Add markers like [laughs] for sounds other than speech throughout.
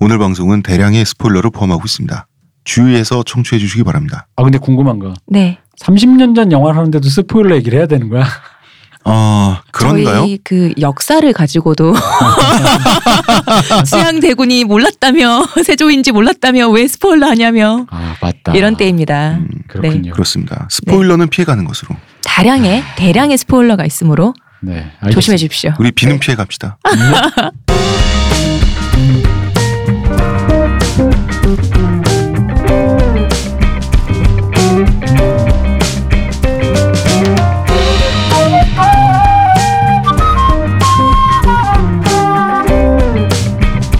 오늘 방송은 대량의 스포일러를 포함하고 있습니다. 주의해서 청취해 주시기 바랍니다. 아 근데 궁금한 거. 네. 30년 전 영화를 하는데도 스포일러 얘기를 해야 되는 거야? 아 그런가요? 저희 그 [laughs] 역사를 가지고도 수양 대군이 몰랐다며 [laughs] 세조인지 몰랐다며 왜 스포일러 하냐며 아 맞다. 이런 때입니다. 음, 그렇군요. 그렇습니다. 스포일러는 피해가는 것으로 다량의 대량의 스포일러가 있으므로 네. 알겠습니다. 조심해 주십시오. 우리 비는 피해갑시다.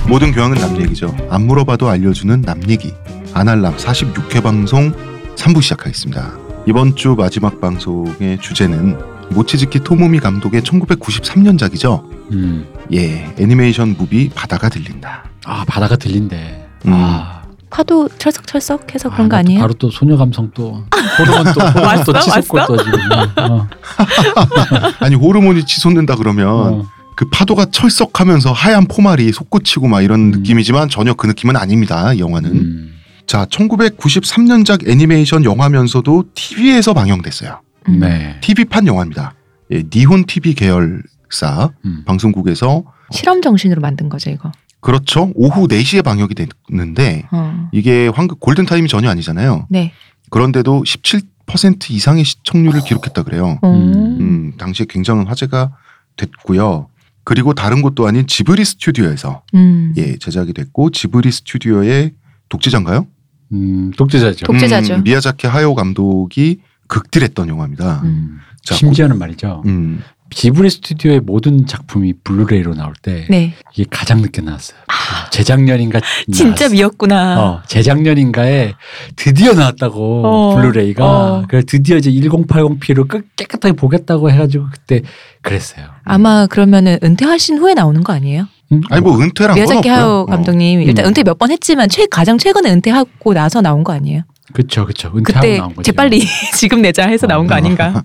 모든 교양은 남 얘기죠. 안 물어봐도 알려주는 남 얘기. 아날람 46회 방송 3부 시작하겠습니다. 이번 주 마지막 방송의 주제는 모치즈키 토모미 감독의 1993년작이죠. 음. 예, 애니메이션 무비 바다가 들린다. 아 바다가 들린대. 음. 아, 파도 철썩철썩해서 아, 그런 거 나 아니에요? 바로 또 소녀 감성 또 호르몬 또 호르몬 또 [laughs] 왔어? 치솟고 왔어? 또 지금. 어, 아니 호르몬이 치솟는다 어. 그러면 그 파도가 철썩하면서 하얀 포말이 솟구치고 막 이런 음. 느낌이지만 전혀 그 느낌은 아닙니다. 이 영화는. 음. 자, 1993년작 애니메이션 영화면서도 TV에서 방영됐어요. 음. 네. TV판 영화입니다. 예, 니혼 TV 계열사 음. 방송국에서 실험 정신으로 만든 거죠 이거. 그렇죠. 오후 4시에 방영이 됐는데 어. 이게 황금 골든 타임이 전혀 아니잖아요. 네. 그런데도 17% 이상의 시청률을 기록했다 그래요. 어. 음. 음, 당시에 굉장한 화제가 됐고요. 그리고 다른 곳도 아닌 지브리 스튜디오에서 음. 예, 제작이 됐고 지브리 스튜디오의 독재자인가요? 음, 독재자죠. 독- 독재자죠. 음, 미야자키 하요 감독이 극딜했던 영화입니다. 음. 자, 심지어는 말이죠. 음, 지브리 스튜디오의 모든 작품이 블루레이로 나올 때 네. 아. 이게 가장 늦게 나왔어요. 재작년인가 진짜 음. 나왔어요. 미웠구나. 어, 재작년인가에 드디어 나왔다고 어, 블루레이가 어. 그래서 드디어 이제 1080p로 끝 깨끗하게 보겠다고 해가지고 그때 그랬어요. 아마 그러면은 은퇴하신 후에 나오는 거 아니에요? 음. 아니 뭐 은퇴란 건 미야자키 없고요. 하오 어. 감독님 일단 음. 은퇴 몇 번 했지만 최 가장 최근에 은퇴하고 나서 나온 거 아니에요? 그쵸 그쵸 은퇴하고 그때 나온 거죠. 음. 재빨리 [laughs] 지금 내자 해서 나온 거 어. [laughs] 아닌가?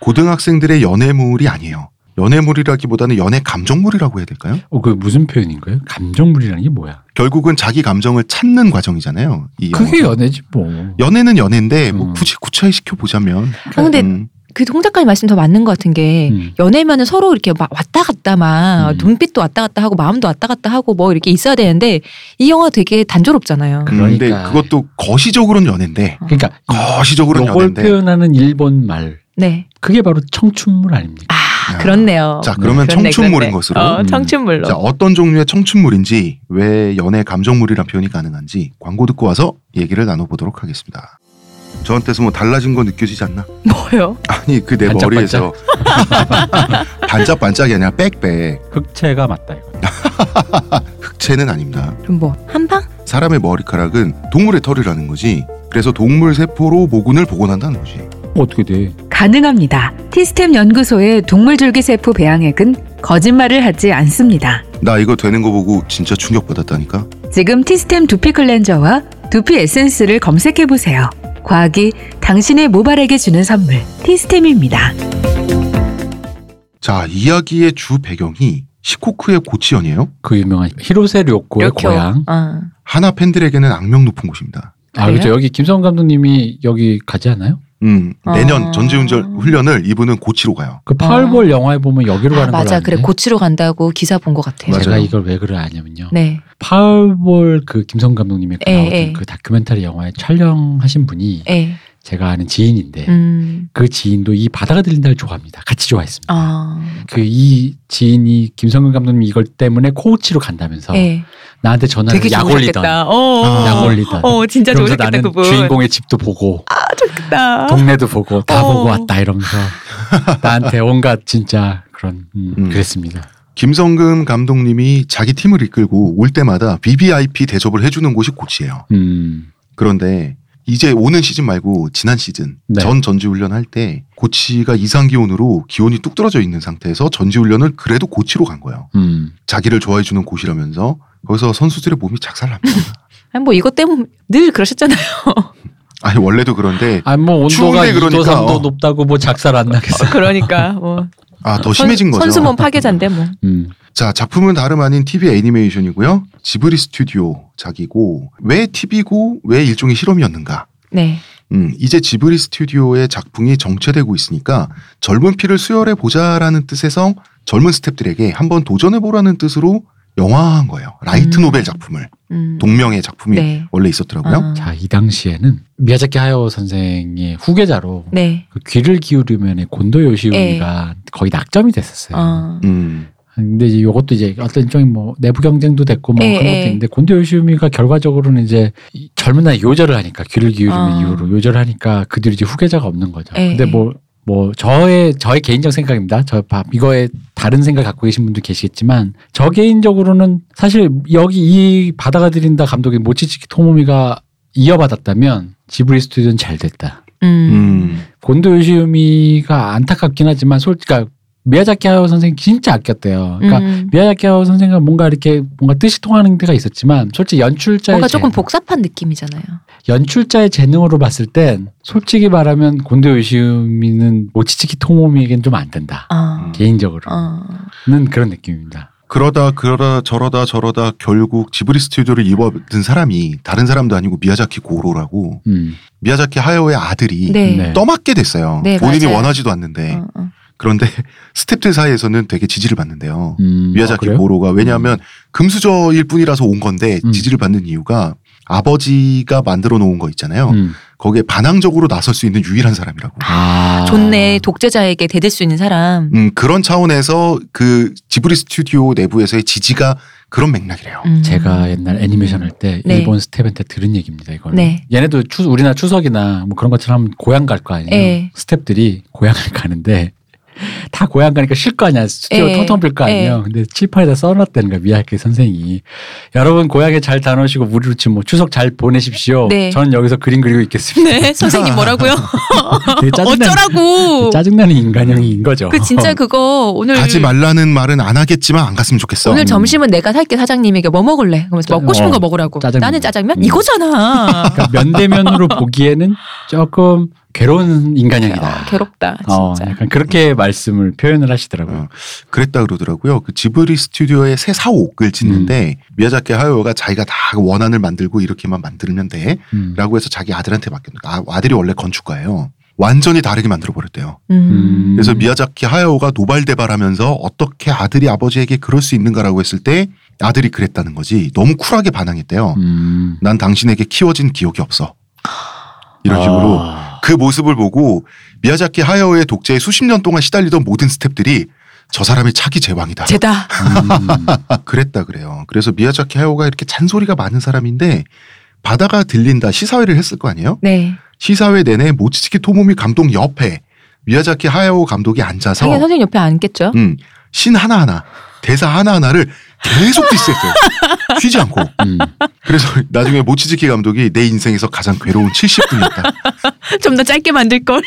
고등학생들의 연애물이 아니에요. 연애물이라기보다는 연애 감정물이라고 해야 될까요? 어, 그 무슨 표현인 거예요? 감정물이라는 게 뭐야? 결국은 자기 감정을 찾는 과정이잖아요. 이 그게 영화가. 연애지 뭐. 연애는 연애인데 뭐 음. 굳이 구체화시켜 보자면 아, 근데 음, 그 홍작가님 말씀 더 맞는 것 같은 게 음. 연애면은 서로 이렇게 막 왔다 갔다 막 음. 눈빛도 왔다 갔다 하고 마음도 왔다 갔다 하고 뭐 이렇게 있어야 되는데 이 영화 되게 단조롭잖아요. 그- 근데 그러니까. 그것도 거시적으로는 연애인데 그러니까 거시적으로는 이걸 연애인데 표현하는 일본 말 네. 그게 바로 청춘물 아닙니까? 아 야. 그렇네요. 자 그러면 그렇네, 청춘물인 그렇네. 것으로 어, 음. 청춘물로. 자 어떤 종류의 청춘물인지 왜 연애 감정물이란 표현이 가능한지 광고 듣고 와서 얘기를 나눠보도록 하겠습니다. 저한테서 뭐 달라진 거 느껴지지 않나? 뭐요? 아니 그 내 반짝반짝? 머리에서 [laughs] 반짝반짝이 아니라 빽빽 흑채가 맞다 이거. 흑채는 아닙니다. 그럼 뭐 한방? 사람의 머리카락은 동물의 털이라는 거지. 그래서 동물 세포로 모근을 복원한다는 거지. 어떻게 돼? 가능합니다. 티스템 연구소의 동물줄기세포 배양액은 거짓말을 하지 않습니다. 나 이거 되는 거 보고 진짜 충격받았다니까. 지금 티스템 두피 클렌저와 두피 에센스를 검색해 보세요. 과학이 당신의 모발에게 주는 선물 티스템입니다. 자 이야기의 주 배경이 시코쿠의 고치현이에요. 그 유명한 히로세 료코의 이렇게. 고향. 어. 하나 팬들에게는 악명 높은 곳입니다. 아 그래요? 그렇죠 여기 김성 감독님이 여기 가지 않아요? 음 내년 아. 전지훈련 훈련을 이분은 고치로 가요. 그 파월볼 영화에 보면 여기로 어. 아, 가는 맞아. 걸로 그래 아는데 고치로 간다고 기사 본 것 같아요. 맞아. 예, 제가 맞아요. 이걸 왜 그래 아냐면요. 네. 파월볼 그 김성 감독님의 그 예, 나오던 예. 그 다큐멘터리 영화에 촬영하신 분이 예. 제가 아는 지인인데 음. 그 지인도 이 바다가 들린다를 좋아합니다. 같이 좋아했습니다. 아. 그 이 지인이 김성근 감독님 이걸 때문에 코치로 간다면서 예. 나한테 전화를 어. 약 올리던 좋으셨겠다. 어. 아, 약 올리던 어, 진짜 그러면서 좋으셨겠다 나는 그분. 주인공의 집도 보고 아, 좋겠다. 동네도 보고 다 어. 보고 왔다 [laughs] 이러면서 나한테 온갖 진짜 그런 음, 음. 그랬습니다. 김성금 감독님이 자기 팀을 이끌고 올 때마다 VVIP 대접을 해주는 곳이 고치예요. 음. 그런데 이제 오는 시즌 말고 지난 시즌 네. 전 전지훈련 할 때 고치가 이상 기온으로 기온이 뚝 떨어져 있는 상태에서 전지훈련을 그래도 고치로 간 거예요. 음. 자기를 좋아해 주는 곳이라면서 거기서 선수들의 몸이 작살납니다. [laughs] 아니, 뭐 이것 때문에 늘 그러셨잖아요. 아니 원래도 그런데 아니 뭐 온도가 추운데 2도 그러니까, 아, 3도 어. 높다고 뭐 작살 안 나겠어. 그러니까 뭐 [laughs] 아 더 선- 심해진 거죠. 선수 몸 파괴자인데 뭐. 음. 자, 작품은 다름 아닌 TV 애니메이션이고요. 지브리 스튜디오 작이고 왜 TV고 왜 일종의 실험이었는가? 네. 음, 이제 지브리 스튜디오의 작품이 정체되고 있으니까 젊은 피를 수혈해 보자라는 뜻에서 젊은 스탭들에게 한번 도전해 보라는 뜻으로 영화화한 거예요. 라이트 음. 노벨 작품을 음. 동명의 작품이 네. 원래 있었더라고요. 아. 자, 이 당시에는 미야자키 하야오 선생의 후계자로 네. 그 귀를 기울이면의 곤도 요시우미가 거의 낙점이 됐었어요. 어. 음, 근데 이제 요것도 이제 어떤 일종의 뭐 내부 경쟁도 됐고 뭐 예, 그런 것도 예. 있는데 곤도 요시우미가 결과적으로는 이제 이 젊은 나이 요절을 하니까 귀를 기울이는 어. 이후로 요절을 하니까 그 뒤로 이제 후계자가 없는 거죠. 예, 근데 예. 뭐 뭐 저의 저의 개인적 생각입니다. 저 바- 이거에 다른 생각 갖고 계신 분도 계시겠지만 저 개인적으로는 사실 여기 이 바다가 들인다 감독의 모치치키 토모미가 이어받았다면 지브리 스튜디오는 잘 됐다. 음. 음, 곤도 요시우미가 안타깝긴 하지만 솔 그러니까 미야자키 하오 선생 진짜 아꼈대요. 그러니까 음. 미야자키 하오 선생과 뭔가 이렇게 뭔가 뜻이 통하는 데가 있었지만 솔직히 연출자의 뭔가 조금 재능, 복잡한 느낌이잖아요. 연출자의 재능으로 봤을 땐 솔직히 말하면 곤도 요시우미는 뭐 모치치키 토모미에겐 좀 안 된다. 어. 개인적으로는 어. 그런 느낌입니다. 그러다 그러다 저러다 저러다 결국 지브리 스튜디오를 입어든 사람이 다른 사람도 아니고 미야자키 고로라고 음. 미야자키 하야오의 아들이 네. 네. 떠맡게 됐어요. 네, 본인이 맞아요. 원하지도 않는데 어, 어. 그런데 [laughs] 스탭들 사이에서는 되게 지지를 받는데요. 음, 아, 미야자키 그래요? 고로가 왜냐하면 금수저일 뿐이라서 온 건데 음. 지지를 받는 이유가 아버지가 만들어 놓은 거 있잖아요. 음. 거기에 반항적으로 나설 수 있는 유일한 사람이라고. 아. 좋네. 독재자에게 대들 수 있는 사람. 음, 그런 차원에서 그 지브리 스튜디오 내부에서의 지지가 그런 맥락이래요. 음. 제가 옛날 애니메이션 할 때 네. 일본 스텝한테 들은 얘기입니다. 이거는 네. 얘네도 추, 우리나 추석이나 뭐 그런 것처럼 하면 고향 갈 거 아니에요. 예. 스텝들이 고향을 [laughs] 가는데 다 고향 가니까 쉴 거 아니야. 스튜디오 예. 텅텅 빌 거 아니에요. 근데 칠판에다 써놨다는 거야. 미야학교 선생이 여러분 고향에 잘 다녀오시고 우리로 지금 뭐 추석 잘 보내십시오. 네. 저는 여기서 그림 그리고 있겠습니다. [laughs] 네, 선생님 뭐라고요? 되게 [laughs] [laughs] 짜증나는 어쩌라고? 짜증나는 인간형인 거죠. 그 진짜 그거 오늘 가지 말라는 말은 안 하겠지만 안 갔으면 좋겠어. 음. 오늘 점심은 내가 살게 사장님에게 뭐 먹을래? 그러면서 먹고 음. 싶은 어, 거 먹으라고. 짜장면. 나는 짜장면 음. 이거잖아. 그러니까 면대면으로 보기에는 조금 괴로운 인간형이다. 어, 괴롭다 진짜. 어, 약간 그렇게 말씀을 표현을 하시더라고요. 어. 그랬다 그러더라고요. 그 지브리 스튜디오에 새 사옥을 짓는데 음. 미야자키 하요가 자기가 다그 원안을 만들고 이렇게만 만들면 돼라고 음. 해서 자기 아들한테 맡겼는데 아, 아들이 원래 건축가예요. 완전히 다르게 만들어 버렸대요. 음. 그래서 미야자키 하야오가 노발대발하면서 어떻게 아들이 아버지에게 그럴 수 있는가라고 했을 때 아들이 그랬다는 거지 너무 쿨하게 반항했대요. 음. 난 당신에게 키워진 기억이 없어. 이런 식으로 아. 그 모습을 보고 미야자키 하야오의 독재에 수십 년 동안 시달리던 모든 스탭들이 저 사람이 차기 제왕이다. 제다. 음. 그랬다 그래요. 그래서 미야자키 하야오가 이렇게 잔소리가 많은 사람인데 바다가 들린다 시사회를 했을 거 아니에요? 네. 시사회 내내 모치츠키 토모미 감독 옆에 미야자키 하야오 감독이 앉아서 당연히 선생님 옆에 앉겠죠. 음, 신 하나하나, 대사 하나하나를 계속 디스했어요. 쉬지 않고. [laughs] 음. 그래서 나중에 모치즈키 감독이 내 인생에서 가장 괴로운 70분이었다. [laughs] 좀 더 짧게 만들 걸.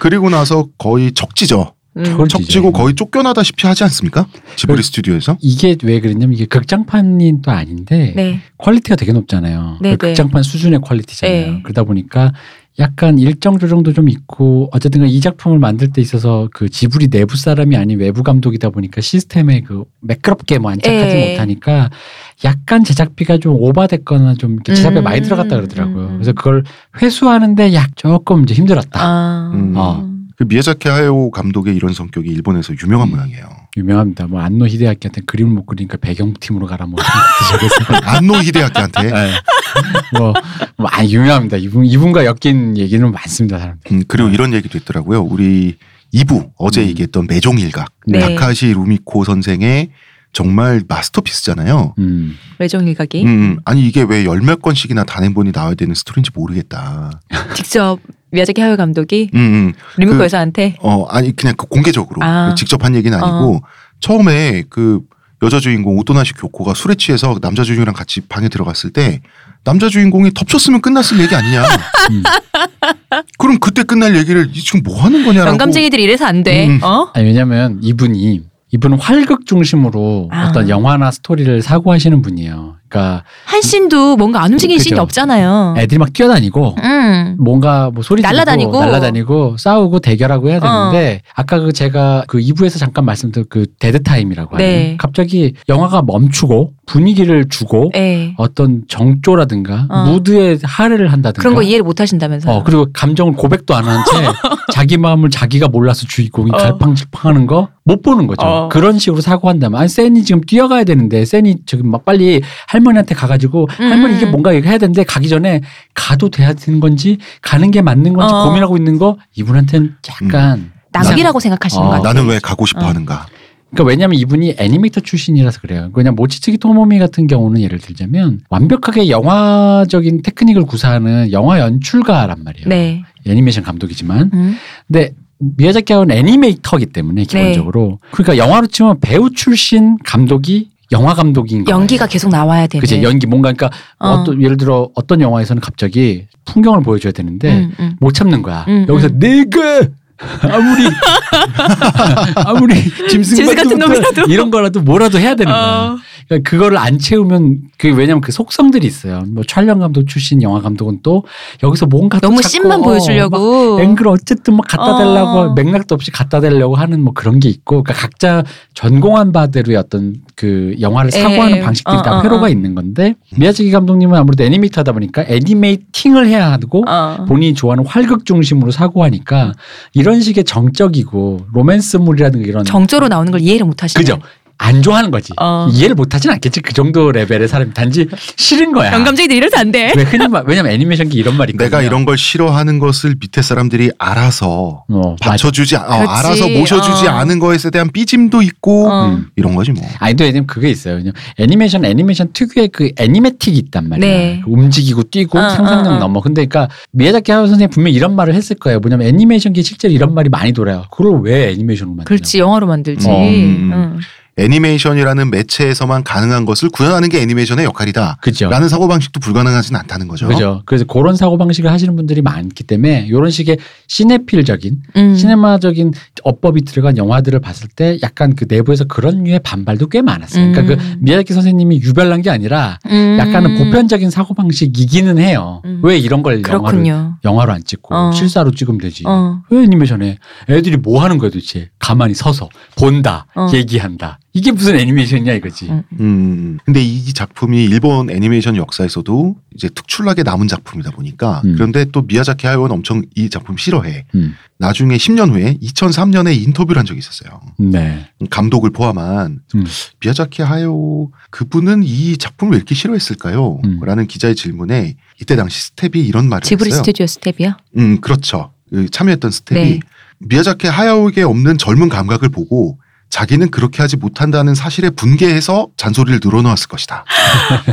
그리고 나서 거의 적지죠. 음. 그걸 적지고 뒤져요. 거의 쫓겨나다시피 하지 않습니까? 지브리 그- 스튜디오에서. 이게 왜 그랬냐면 이게 극장판이 또 아닌데 네. 퀄리티가 되게 높잖아요. 네, 그러니까 네. 극장판 수준의 퀄리티잖아요. 네. 그러다 보니까 약간 일정 조정도 좀 있고 어쨌든 간에 이 작품을 만들 때 있어서 그 지불이 내부 사람이 아닌 외부 감독이다 보니까 시스템에 그 매끄럽게 뭐 안착하지 예. 못하니까 약간 제작비가 좀 오바됐거나 좀 이렇게 제작비 가 음, 많이 들어갔다 음, 그러더라고요. 음. 그래서 그걸 회수하는데 약 조금 이제 힘들었다. 아. 음. 어. 그 미야자키 하야오 감독의 이런 성격이 일본에서 유명한 음. 모양이에요. 유명합니다. 뭐 안노 히데아키한테 그림을 못 그리니까 배경팀으로 가라 뭐 이런 것도 적어서. 안노 히데아키한테 예. 뭐, 뭐, 아, 유명합니다. 이분, 이분과 엮인 얘기는 많습니다, 사람들. 음, 그리고 이런 얘기도 있더라고요. 우리 2부 어제 음. 얘기했던 매종일각 네. 다카시 루미코 선생의 정말 마스터피스잖아요. 음. 외종 일각이 음, 아니 이게 왜 열 몇 권씩이나 단행본이 나와야 되는 스토리인지 모르겠다. 직접 미야자키 하요 감독이 음, 음. 리미코 그- 여사한테 어, 아니 그냥 그 공개적으로 아. 직접 한 얘기는 아니고 처음에 그 여자 주인공 오토나시 교코가 술에 취해서 남자 주인공이랑 같이 방에 들어갔을 때 남자 주인공이 덮쳤으면 끝났을 얘기 [laughs] 아니냐. 음. 그럼 그때 끝날 얘기를 이 지금 뭐 하는 거냐라고. 영감쟁이들이 이래서 안 돼. 음. 어? 아니, 왜냐면 이분이 이분은 활극 중심으로 아. 어떤 영화나 스토리를 사고하시는 분이에요. 그러니까 한 씬도 뭔가 안 움직이는 씬이 그죠. 없잖아요. 애들이 막 뛰어다니고 음. 뭔가 뭐 소리 어. 날라다니고. 어. 날라다니고 싸우고 대결하고 해야 되는데 아까 그 제가 그 2부에서 잠깐 말씀드린 그 데드 타임이라고 하는 네. 갑자기 영화가 멈추고 분위기를 주고 예. 어떤 정조라든가 어. 무드에 할애를 한다든가 그런 거 이해를 못 하신다면서요. 어 그리고 감정을 고백도 안 하는 [laughs] 채 자기 마음을 자기가 몰라서 주인공이 어. 갈팡질팡하는 거 못 보는 거죠. 어. 그런 식으로 사고한다면 아니 쌤이 지금 뛰어가야 되는데 쌤이 지금 막 빨리 할머니한테 가가지고 음, 할머니 이게 뭐 음. 뭔가 이거 해야 되는데 가기 전에 가도 돼야 되는 건지 가는 게 맞는 건지 어. 고민하고 있는 거 이분한테는 약간 낭비라고 생각하시는 어. 것 같아요. 나는 왜 가고 싶어 어. 하는가? 그러니까 왜냐하면 이분이 애니메이터 출신이라서 그래요. 그냥 모치츠키 토모미 같은 경우는 예를 들자면 완벽하게 영화적인 테크닉을 구사하는 영화 연출가란 말이에요. 네. 애니메이션 감독이지만 음. 근데 미야자키하고는 애니메이터기 때문에 네. 기본적으로 그러니까 영화로 치면 배우 출신 감독이 영화 감독인 거예요. 연기가 계속 나와야 아, 네. 되는. 그치 연기 뭔가 그러니까 어. 어떤 예를 들어 어떤 영화에서는 갑자기 풍경을 보여줘야 되는데 음, 음. 못 참는 거야. 음, 여기서 음. 내가 [laughs] 아무리 아무리 짐승 짐승 같은 놈이라도. 이런 거라도 뭐라도 해야 되는 거야. 어. 그러니까 그거를 안 채우면 그게 왜냐면 그 속성들이 있어요. 뭐 촬영 감독 출신 영화 감독은 또 여기서 뭔가 또 너무 자꾸 씬만 어, 막 보여주려고. 앵글 어쨌든 막 갖다 어. 달라고 맥락도 없이 갖다 달려고 하는 뭐 그런 게 있고 그러니까 각자 전공한 바대로의 어떤 그 영화를 에, 사고하는 에. 방식들이 어, 다 어, 회로가 어. 있는 건데 미야자키 감독님은 아무래도 애니메이터다 보니까 애니메이팅을 해야 하고 어. 본인이 좋아하는 활극 중심으로 사고하니까 이런 식의 정적이고 로맨스물이라든가 이런 정조로 나오는 걸 이해를 못 하시는. 그죠 안 좋아하는 거지 어. 이해를 못하진 않겠지 그 정도 레벨의 사람이 단지 싫은 거야 영감쟁이들 이래서 안 돼. 왜 흔히 말 왜냐면 애니메이션기 이런 말이 있거든요. 내가 이런 걸 싫어하는 것을 밑에 사람들이 알아서 어, 맞아. 받쳐주지 어, 그렇지. 알아서 모셔주지 어. 않은 거에 대한 삐짐도 있고 어. 음. 이런 거지 뭐. 아니 또 왜냐면 그게 있어요. 왜냐면 애니메이션 애니메이션 특유의 그 애니메틱이 있단 말이야. 그 네. 움직이고 뛰고 어, 상상력 어, 어. 넘어. 근데 그러니까 미야자키 하루 선생님 분명 히 이런 말을 했을 거예요. 뭐냐면 애니메이션기 실제로 이런 말이 많이 돌아요. 그걸 왜 애니메이션으로 만드냐? 그렇지 영화로 만들지. 어, 음. 응. 애니메이션이라는 매체에서만 가능한 것을 구현하는 게 애니메이션의 역할이다. 그죠. 라는 사고방식도 불가능하진 않다는 그렇죠? 거죠. 그죠. 그래서 그런 사고 방식을 하시는 분들이 많기 때문에 이런 식의 시네필적인 음. 시네마적인 어법이 들어간 영화들을 봤을 때 약간 그 내부에서 그런 류의 반발도 꽤 많았어요. 그러니까 그 음. 미야자키 선생님이 유별난 게 아니라 음. 약간은 보편적인 사고 방식이기는 해요. 음. 왜 이런 걸 영화로 그렇군요. 영화로 안 찍고 어. 실사로 찍으면 되지? 어. 왜 애니메이션에 애들이 뭐 하는 거야 도대체? 가만히 서서 본다, 어. 얘기한다. 이게 무슨 애니메이션이냐 이거지. 음. 음. 근데 이 작품이 일본 애니메이션 역사에서도 이제 특출나게 남은 작품이다 보니까 음. 그런데 또 미야자키 하요는 엄청 이 작품 싫어해. 음. 나중에 10년 후에 2003년에 인터뷰를 한 적이 있었어요. 음. 네. 감독을 포함한 음. 미야자키 하요 그분은 이 작품을 왜 이렇게 싫어했을까요? 음. 라는 기자의 질문에 이때 당시 스텝이 이런 말을 지브리 했어요. [laughs] 스튜디오 스텝이요. 음, 그렇죠. 그 참여했던 스텝이 네. 미야자키 하야오에게 없는 젊은 감각을 보고 자기는 그렇게 하지 못한다는 사실에 분개해서 잔소리를 늘어놓았을 것이다.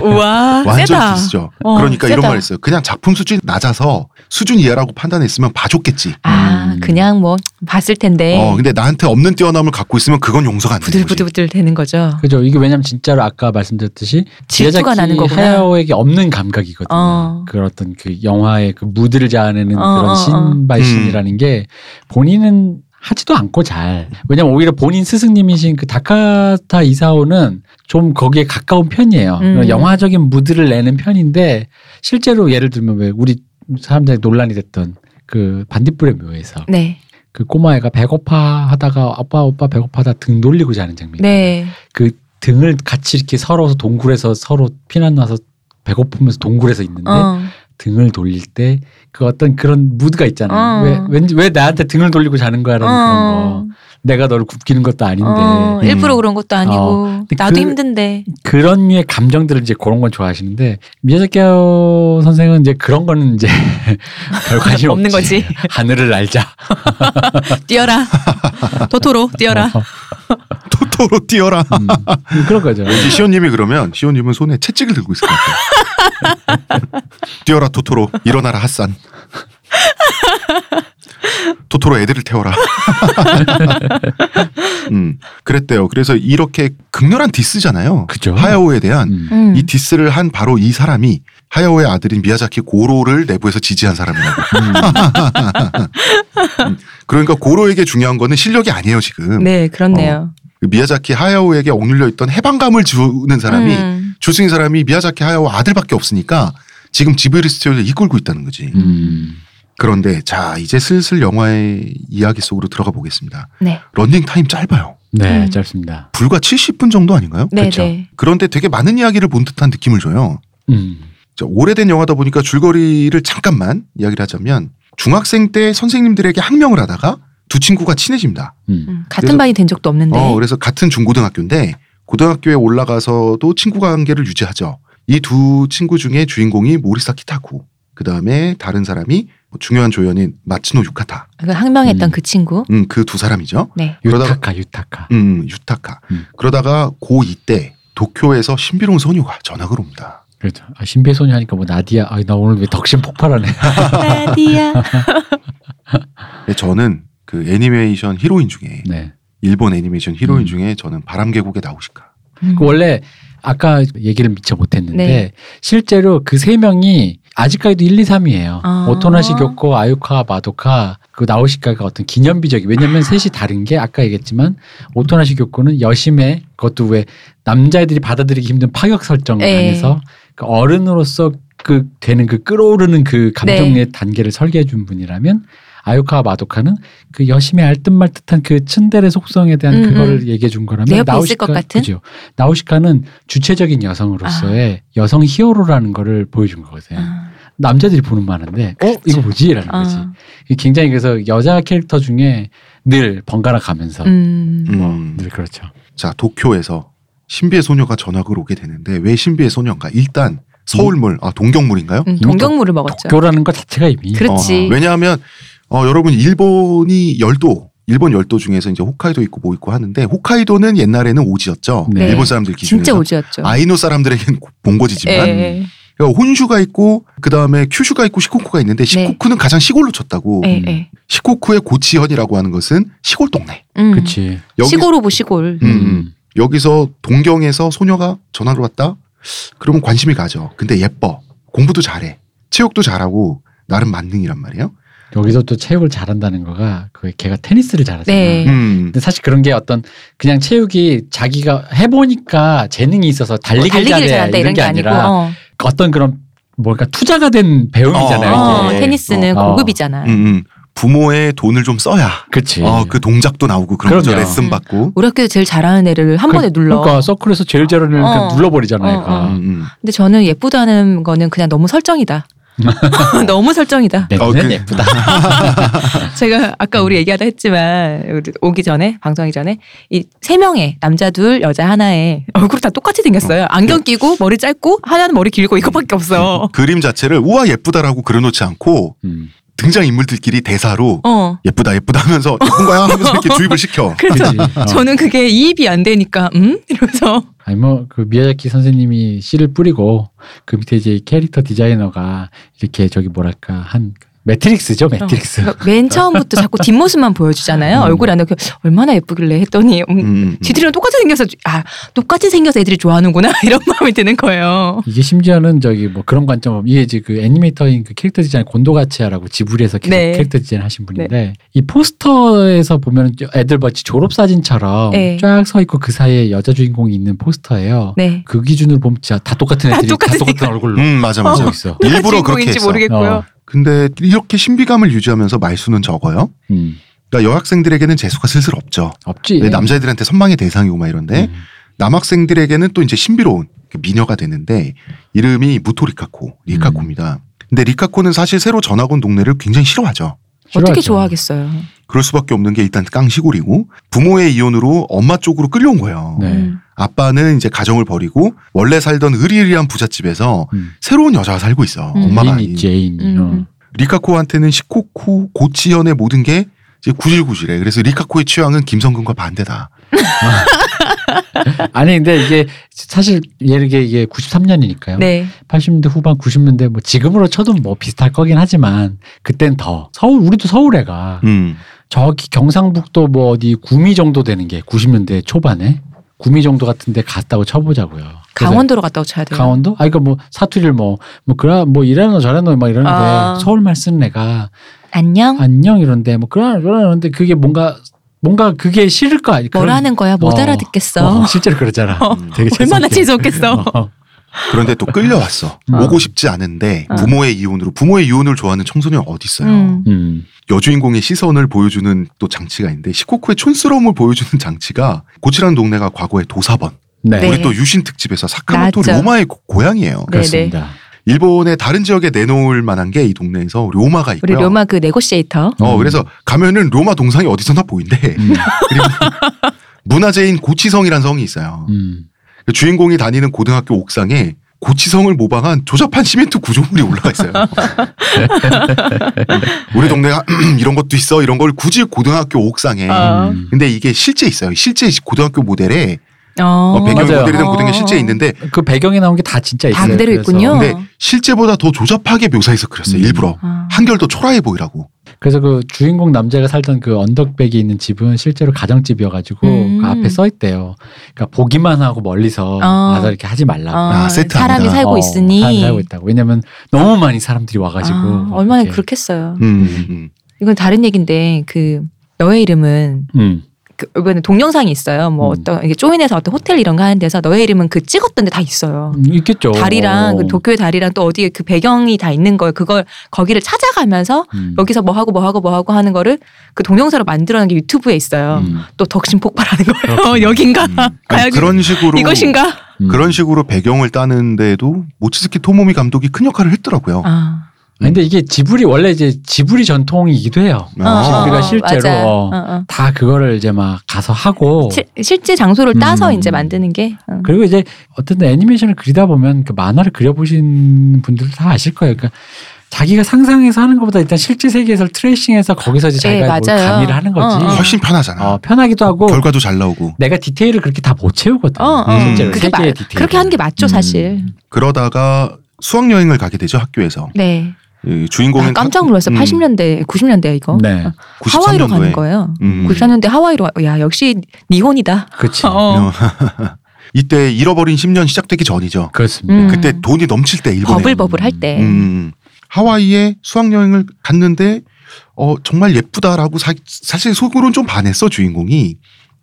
우와 완전 비슷죠. 아, 어, 그러니까 이런 세다. 말 했어요. 그냥 작품 수준이 낮아서 수준 이하라고 판단했으면 봐줬겠지. 아 음. 그냥 뭐 봤을 텐데 어, 근데 나한테 없는 뛰어남을 갖고 있으면 그건 용서가 안 되는 거지. 부들부들부들 되는 거죠. 그죠. 이게 왜냐면 진짜로 아까 말씀드렸듯이 질투가 나는 거구나. 그 하야오에게 없는 감각이거든요. 어. 그 어떤 그 영화의 그 무드를 자아내는 어, 그런 어, 어. 신발신이라는 게 본인은 하지도 않고 잘. 왜냐면 오히려 본인 스승님이신 그 다카타 이사오는 좀 거기에 가까운 편이에요. 음. 그런 영화적인 무드를 내는 편인데 실제로 예를 들면 왜 우리 사람들이 논란이 됐던 그 반딧불의 묘에서 네, 그 꼬마애가 배고파 하다가 아빠 오빠 배고파다 등 놀리고 자는 장면. 네, 등을 같이 이렇게 서러서 동굴에서 서로 피난 나서 배고프면서 동굴에서 있는데 어, 등을 돌릴 때 그 어떤 그런 무드가 있잖아요. 어. 왜 왠지 왜 나한테 등을 돌리고 자는 거야라는 그런 거. 내가 너를 굽히는 것도 아닌데 어, 음. 일부러 그런 것도 아니고 나도 그- 힘든데 그런 류의 감정들을 이제 그런 건 좋아하시는데 미야자키 하오 선생은 이제 그런 거는 이제 [laughs] 별 관심 없는 없지. 거지. [laughs] 하늘을 알자. [laughs] 뛰어라 도토로 뛰어라. 토토로 뛰어라. 음, 그런 거죠. 왠지 시온님이 그러면 시온님은 손에 채찍을 들고 있을 것 같아요. 뛰어라 토토로 일어나라 핫산. 토토로 애들을 태워라. 음, 그랬대요. 그래서 이렇게 극렬한 디스잖아요. 그죠. 하야오에 대한 음. 음. 이 디스를 한 바로 이 사람이 하야오의 아들인 미야자키 고로를 내부에서 지지한 사람이라고. 음. 그러니까 고로에게 중요한 거는 실력이 아니에요 지금. 어. 네, 그렇네요. 그 미야자키 하야오에게 억눌려 있던 해방감을 주는 사람이 음. 주승인 사람이 미야자키 하야오 아들밖에 없으니까 지금 지브리 스튜디오를 이끌고 있다는 거지. 음. 그런데 자 이제 슬슬 영화의 이야기 속으로 들어가 보겠습니다. 네. 런닝 타임 짧아요. 네, 음. 짧습니다. 불과 70분 정도 아닌가요? 네, 그렇죠. 네. 그런데 되게 많은 이야기를 본 듯한 느낌을 줘요. 음. 자, 오래된 영화다 보니까 줄거리를 잠깐만 이야기를 하자면 중학생 때 선생님들에게 학명을 하다가 두 친구가 친해집니다. 음. 음, 같은 그래서- 반이 된 적도 네. 없는데. 어, 그래서 같은 중고등학교인데 고등학교에 올라가서도 친구 관계를 유지하죠. 이 두 친구 중에 주인공이 모리사키 타쿠, 그 다음에 다른 사람이 뭐 중요한 조연인 마츠노 유카타, 그 항명했던 음. 그 [laughs] 친구. 음, 그 두 사람이죠. 네. 그러다가- 유타카, 유타카. 음, 유타카. 음. 그러다가 고2 때 도쿄에서 신비로운 소녀가 전학을 옵니다. 그렇죠. 아, 신비소녀 하니까 뭐 나디아. 아, 나 오늘 왜 덕심 폭발하네. 나디야. 근데 저는 그 애니메이션 히로인 중에 네. 일본 애니메이션 히로인 음. 중에 저는 바람계곡의 나우시카. 음. 그 원래 아까 얘기를 미처 못했는데 네. 실제로 그 세 명이 아직까지도 1, 2, 3이에요. 아. 오토나시 교코, 아유카, 마도카, 그 나오시카가 어떤 기념비적이 왜냐면 셋이 다른 게 아까 얘기했지만 오토나시 교코는 여심의 그것도 왜 남자애들이 받아들이기 힘든 파격 설정을 네. 안에서 그 어른으로서 그 되는 그 끌어오르는 그 감정의 네. 단계를 설계해 준 분이라면 아유카 와 마도카는 그 여심의 알듯말듯한 그 츤데레 속성에 대한 음, 그거를 음. 얘기해 준 거라면 내 옆에 있을 것 같은? 그죠. 나우시카는 주체적인 여성으로서의 여성 히어로라는 거를 보여준 거거든요. 아, 남자들이 보는 많은데, 어? 이거 뭐지? 라는 거지. 아. 이게 굉장히 그래서 여자 캐릭터 중에 늘 번갈아 가면서 음. 음. 늘 그렇죠. 자 도쿄에서 신비의 소녀가 전학을 오게 되는데 왜 신비의 소녀인가? 일단 서울물, 아 동경물인가요? 음, 동경물을 먹었죠. 도쿄라는 것 자체가 이미 그렇- 그렇지. 어, 왜냐하면 어, 여러분 일본이 열도, 일본 열도 중에서 이제 홋카이도 있고 뭐 있고 하는데 홋카이도는 옛날에는 오지였죠. 네. 일본 사람들 기준에서 진짜 오지였죠. 아이노 사람들에겐 본고지지만 예. 그러니까 혼슈가 있고 그 다음에 큐슈가 있고 시코쿠가 네. 있는데 시코쿠는 가장 시골로 쳤다고. 예, 예. 시코쿠의 고치현이라고 하는 것은 시골 동네. 음. 그렇지. 여기, 시골오브 시골. 음. 여기서 동경에서 소녀가 전화를 왔다. 그러면 관심이 가죠. 근데 예뻐. 공부도 잘해. 체육도 잘하고 나름 만능이란 말이에요. 여기서 또 체육을 잘한다는 거가 그 걔가 테니스를 잘하잖아. 네. 음. 근데 사실 그런 게 어떤 그냥 체육이 자기가 해보니까 재능이 있어서 달리기를, 뭐 달리기를 잘한다 잘한다 이런 게, 아니고 아니라 어. 어떤 그런 뭘까 투자가 된 배움이잖아요. 어, 어, 이게. 테니스는 예, 어. 고급이잖아. 음, 음. 부모의 돈을 좀 써야 그치. 예. 어, 그 동작도 나오고 그런 거죠. 그럼요. 레슨 받고. 우리 학교에서 제일 잘하는 애를 한 그- 번에 눌러. 그러니까 서클에서 제일 잘하는 애를 그냥 어. 눌러버리잖아요. 어, 얘가. 음, 음. 근데 저는 예쁘다는 거는 그냥 너무 설정이다. [laughs] 너무 설정이다. 내 어, 눈엔 그- 예쁘다. 제가 아까 우리 얘기하다 했지만 우리 오기 전에 방송하기 전에 이 세 명의 남자 둘 여자 하나의 얼굴 다 똑같이 생겼어요. 안경 끼고 머리 짧고 하나는 머리 길고 이거밖에 없어. 그림 자체를 우와 예쁘다라고 그려놓지 않고 음. 등장 인물들끼리 대사로 어. 예쁘다 예쁘다 하면서 예쁜 거야 하면서 이렇게 주입을 [laughs] 시켜. 그래서 그치. 아. 어. 저는 그게 이입이 안 되니까 음 이러면서 [laughs] 아니 뭐 그 미야자키 선생님이 씨를 뿌리고 그 밑에 이제 캐릭터 디자이너가 이렇게 저기 뭐랄까 한 매트릭스죠 매트릭스. 그러니까 맨 처음부터 자꾸 뒷모습만 보여주잖아요. 음. 얼굴 안 넣고 얼마나 예쁘길래 했더니 음, 음, 음. 지들이랑 똑같이 생겨서 아 똑같이 생겨서 애들이 좋아하는구나 [laughs] 이런 마음이 드는 거예요. 이게 심지어는 저기 뭐 그런 관점 이게 이제 그 애니메이터인 그 캐릭터 디자인 곤도가치아라고 지브리에서 캐- 네. 캐릭터 디자인 하신 분인데 이 포스터에서 보면 애들 마치 졸업 사진처럼 네. 쫙 서 있고 그 사이에 여자 주인공이 있는 포스터예요. 네. 그 기준으로 보면 진짜 다 똑같은 다 애들이 다 똑같은, 똑같으니까. 얼굴로 음 맞아 맞아. 서 [laughs] 있어. 일부러 그렇게 주인공인지 했어. 모르겠고요. 어. 근데 이렇게 신비감을 유지하면서 말수는 적어요. 음. 그러니까 여학생들에게는 재수가 슬슬 없죠. 없지. 왜 남자애들한테 선망의 대상이고 막 이런데 예. 음. 남학생들에게는 또 이제 신비로운 그 미녀가 되는데 이름이 무토 리카코 음. 리카코입니다. 근데 리카코는 사실 새로 전학 온 동네를 굉장히 싫어하죠. 어떻게 싫어하죠. 좋아하겠어요. 그럴 수밖에 없는 게 일단 깡 시골이고 부모의 이혼으로 엄마 쪽으로 끌려온 거예요. 네. 음. 아빠는 이제 가정을 버리고 원래 살던 으리으리한 부잣집에서 음. 새로운 여자가 살고 있어. 음. 엄마가 아닌. 제인이 제인. 음. 어. 리카코한테는 시코쿠 고치현의 모든 게 이제 구질구질해. 그래서 리카코의 취향은 김성근과 반대다. 아니 근데 이게 사실 예를 들게 이게 93년이니까요. 네. 80년대 후반 90년대 뭐 지금으로 쳐도 뭐 비슷할 거긴 하지만 그땐 더 서울 우리도 서울애가 음. 저기 경상북도 뭐 어디 구미 정도 되는 게 90년대 초반에 구미 정도 같은 데 갔다고 쳐보자고요. 그래서 강원도로 갔다 오셔야 돼요. 강원도? 아, 그니까 뭐, 사투리를 뭐, 뭐, 그라, 뭐, 이래노저래노막 이러는데, 아. 서울말 쓰는 애가, 안녕. 아, 안녕 이런데, 뭐, 그라, 그라, 이러는데, 그게 뭔가 뭔가 그게 싫을 거 아니야. 뭐라 하는 거야? 못 어. 알아듣겠어. 실제로 그러잖아. 어, 되게 얼마나 재수없게. 재수없겠어. 어. 그런데 또 끌려왔어. 아. 어. 오고 싶지 않은데 어. 부모의 이혼으로 부모의 이혼을 좋아하는 청소년 어디 있어요? 음. 음. 여주인공의 시선을 보여주는 또 장치가 있는데 시코코의 촌스러움을 보여주는 장치가 고치라는 동네가 과거의 도사번. 네. 네. 우리 또 유신 특집에서 사카모토 맞죠. 로마의 고- 고향이에요. 네. 그렇습니다. 일본의 다른 지역에 내놓을 만한 게 이 동네에서 로마가 우리 있고요. 로마 그 네고시에이터. 어 음. 그래서 가면은 로마 동상이 어디서나 보인대. 음. 그리고 문화재인 고치성이라는 성이 있어요. 음. 그러니까 주인공이 다니는 고등학교 옥상에 고치성을 모방한 조잡한 시멘트 구조물이 올라가 있어요. 우리 동네가 [clears throat] 이런 것도 있어 이런 걸 굳이 고등학교 옥상에. 아. 음. 근데 이게 실제 있어요. 실제 고등학교 모델에 어, 어, 배경 맞아요. 모델이든 어. 고등에 실제 있는데 그 배경에 나온 게 다 진짜 있어요. 다 그대로 그래서. 있군요. 근데 실제보다 더 조잡하게 묘사해서 그렸어요. 음. 일부러 아. 한결 더 초라해 보이라고. 그래서 그 주인공 남자가 살던 그 언덕백에 있는 집은 실제로 가정집이어가지고 음. 그 앞에 써 있대요. 그러니까 보기만 하고 멀리서 와서 이렇게 하지 말라고. 아, 어, 세트 사람이 아니다. 살고 어, 있으니 사람이 살고 있다고. 왜냐면 너무 많이 사람들이 와가지고 아, 막 얼마나 이렇게. 그렇겠어요. 음, 음. 이건 다른 얘기인데 그 너의 이름은 음. 그 이번에 동영상이 있어요. 뭐 음. 어떤 이게 쪼인에서 어떤 호텔 이런 거 하는 데서 너의 이름은 그 찍었던 데 다 있어요. 음, 있겠죠. 다리랑 그 도쿄의 다리랑 또 어디에 그 배경이 다 있는 거예요. 그걸 거기를 찾아가면서 음. 여기서 뭐 하고 뭐 하고 뭐 하고 하는 거를 그 동영상으로 만들어낸 게 유튜브에 있어요. 음. 또 덕심 폭발하는 거예요. 어, 그렇군요. 여긴가? 음. 아니, 과연 그런 식으로 이것인가? 음. 그런 식으로 배경을 따는데도 모치즈키 토모미 감독이 큰 역할을 했더라고요. 아, 아니, 근데 이게 지브리 원래 이제 지브리 전통이기도 해요. 아. 어, 우리가 어, 실제로 맞아. 어. 어, 어. 다 그거를 이제 막 가서 하고 실- 실제 장소를 따서 음. 이제 만드는 게 어. 그리고 이제 어떤 애니메이션을 그리다 보면 그 만화를 그려보신 분들도 다 아실 거예요. 그러니까 자기가 상상해서 하는 것보다 일단 실제 세계에서 트레이싱해서 거기서 이제 네, 자기가 뭘 맞아요. 가미를 하는 거지. 어, 어. 훨씬 편하잖아. 어, 편하기도 하고 결과도 잘 나오고. 내가 디테일을 그렇게 다 못 채우거든. 어, 어. 실제로 그게 마, 세계의 디테일. 그렇게 하는 게 맞죠, 사실. 음. 그러다가 수학 여행을 가게 되죠 학교에서. 네. 이 아, 주인공은 깜짝 놀랐어요. 음. 80년대, 90년대 이거. 네, 하와이로 가는 93년도에. 거예요. 음. 94년대 하와이로 와- 야 역시 니혼이다. 그렇지. 어. 이때 잃어버린 10년 시작되기 전이죠. 그렇습니다. 음. 그때 돈이 넘칠 때 일본에. 버블버블 할 때. 음. 하와이에 수학 여행을 갔는데 어 정말 예쁘다라고 사, 사실 속으론 좀 반했어 주인공이.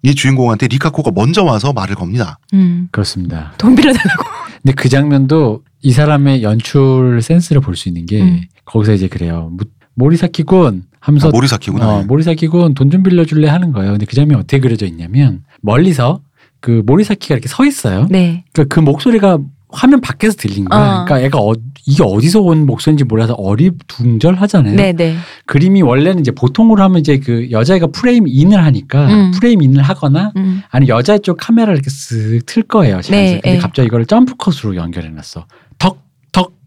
이 주인공한테 리카코가 먼저 와서 말을 겁니다. 아, 음. 그렇습니다. 돈 빌려달라고. 근데 그 장면도 이 사람의 연출 센스를 볼 수 있는 게 음. 거기서 이제 그래요. 무- 모리사키군 하면서 아, 모리사키구나. 예. 어, 뭐- 모리사키군 돈 좀 빌려줄래 하는 거예요. 근데 그 장면이 어떻게 그려져 있냐면 멀리서 그 모리사키가 이렇게 서 있어요. 네. 그러니까 그 목소리가 화면 밖에서 들린 거야. 어. 그러니까 애가 어- 이게 어디서 온 목소리인지 몰라서 어리둥절하잖아요. 네, 네. 그림이 원래는 이제 보통으로 하면 이제 그 여자애가 프레임 인을 하니까 음. 프레임 인을 하거나 음. 아니 여자 쪽 카메라를 이렇게 쓱 틀 거예요. 네, 네, 근데 네. 갑자기 이거를 점프 컷으로 연결해 놨어.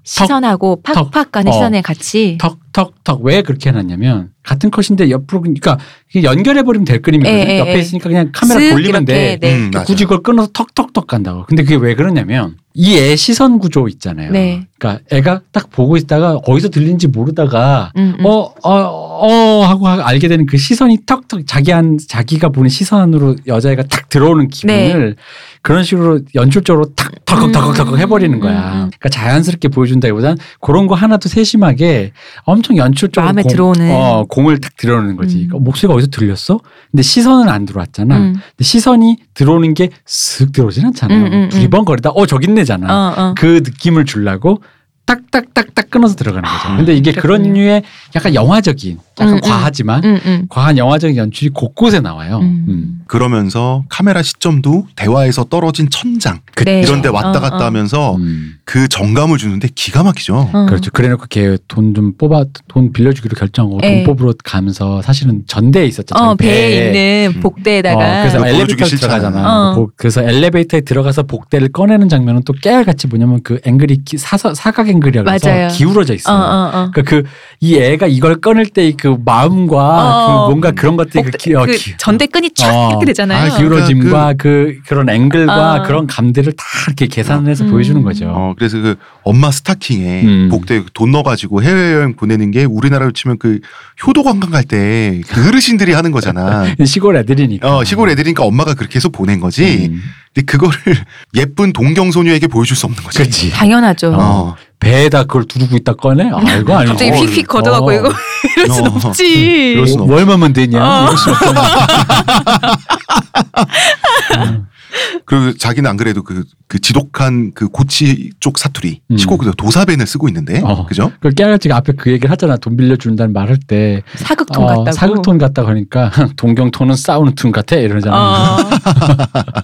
시선하고 팍팍 가는 어. 시선에 같이. 턱턱턱 왜 그렇게 해놨냐면 같은 컷인데 옆으로 그러니까 연결해 버리면 될 그림이거든. 에, 에, 요 옆에 에. 있으니까 그냥 카메라 쓱 돌리면 예, 이렇게, 돼. 네. 음, 맞아. 굳이 그걸 끊어서 턱턱턱 간다고. 근데 그게 왜 그러냐면 이 애 시선 구조 있잖아요. 네. 그러니까 애가 딱 보고 있다가 어디서 들린지 모르다가 음, 음. 어 어 어 하고 하- 알게 되는 그 시선이 턱턱 자기 한 자기가 보는 시선으로 여자애가 탁 들어오는 기분을 그런 식으로 연출적으로 네. 음, 탁턱턱턱턱 해버리는 거야. 음, 음. 그러니까 자연스럽게 보여준다기보단 그런 거 하나도 세심하게 엄청 연출적으로 마음에 공, 들어오는. 어, 공을 탁 들어오는 거지. 음. 그러니까 목소리가 어디서 들렸어? 근데 시선은 안 들어왔잖아. 음. 근데 시선이 들어오는 게 쓱 들어오진 않잖아요. 음, 음, 음. 두리번거리다 어 저기 어, 있네잖아. 어. 그 느낌을 주려고 딱딱딱딱 끊어서 들어가는 거죠. 아, 근데 이게 그런 그렇군요. 류의 약간 영화적인, 약간 음, 음. 과하지만 음, 음. 과한 영화적인 연출이 곳곳에 나와요. 음. 음. 그러면서 카메라 시점도 대화에서 떨어진 천장 네. 이런 데 왔다 어, 갔다 어. 하면서 그 음. 그 정감을 주는데 기가 막히죠. 어. 그렇죠. 그래놓고 걔 돈 좀 뽑아 돈 빌려주기로 결정하고 에. 돈 뽑으러 가면서 사실은 그렇죠. 전대에 있었죠. 네. 어, 자기 배에 음. 있는 복대에다가. 어, 그래서 그거 보여주기 엘리베이터 싫잖아. 들어가잖아. 어. 복- 그래서 엘리베이터에 들어가서 복대를 꺼내는 장면은 또 깨알같이 뭐냐면 그 앵글이 기- 사서, 사각 앵글이라고 맞아요. 해서 기울어져 어, 있어요. 어, 어. 그러니까 그 이 애가 이걸 꺼낼 때의 그 마음과 어. 그 뭔가 그런 것들이 그, 복대- 기, 어, 그 기- 전대끈이 촥 어. 이렇게 되잖아요. 아, 기울어짐과 그, 그런 앵글과 아. 그런 감들을 다 이렇게 계산해서 음. 보여주는 거죠. 어, 그래서 그 엄마 스타킹에 음. 복대 돈 넣어가지고 해외여행 보내는 게 우리나라로 치면 그 효도 관광 갈 때 그 어르신들이 하는 거잖아. [laughs] 시골 애들이니까. 어, 시골 어, 애들이니까 엄마가 그렇게 해서 보낸 거지. 음. 근데 그거를 [laughs] 예쁜 동경 소녀에게 보여줄 수 없는 거지. 그렇지. 당연하죠. 어. 어. 배에다 그걸 두르고 있다 꺼내? 아, 이거 아니고. 갑자기 휙휙 걷어가고 이거 이럴 순 어. 없지. 이럴 순 없어. 얼마면 되냐? 이럴 수 [laughs] 없잖아. 그리고 자기는 안 그래도 그, 그 지독한 그 고치 쪽 사투리 음. 시골에서 도사변을 쓰고 있는데 어. 그죠? 네. 그 깨알같이가 앞에 그 얘기를 하잖아. 돈 빌려준다는 말할 때. 사극통 어, 같다고. 사극톤 같다고 하니까 [laughs] 동경톤은 싸우는 톤 같아? 이러잖아. 어.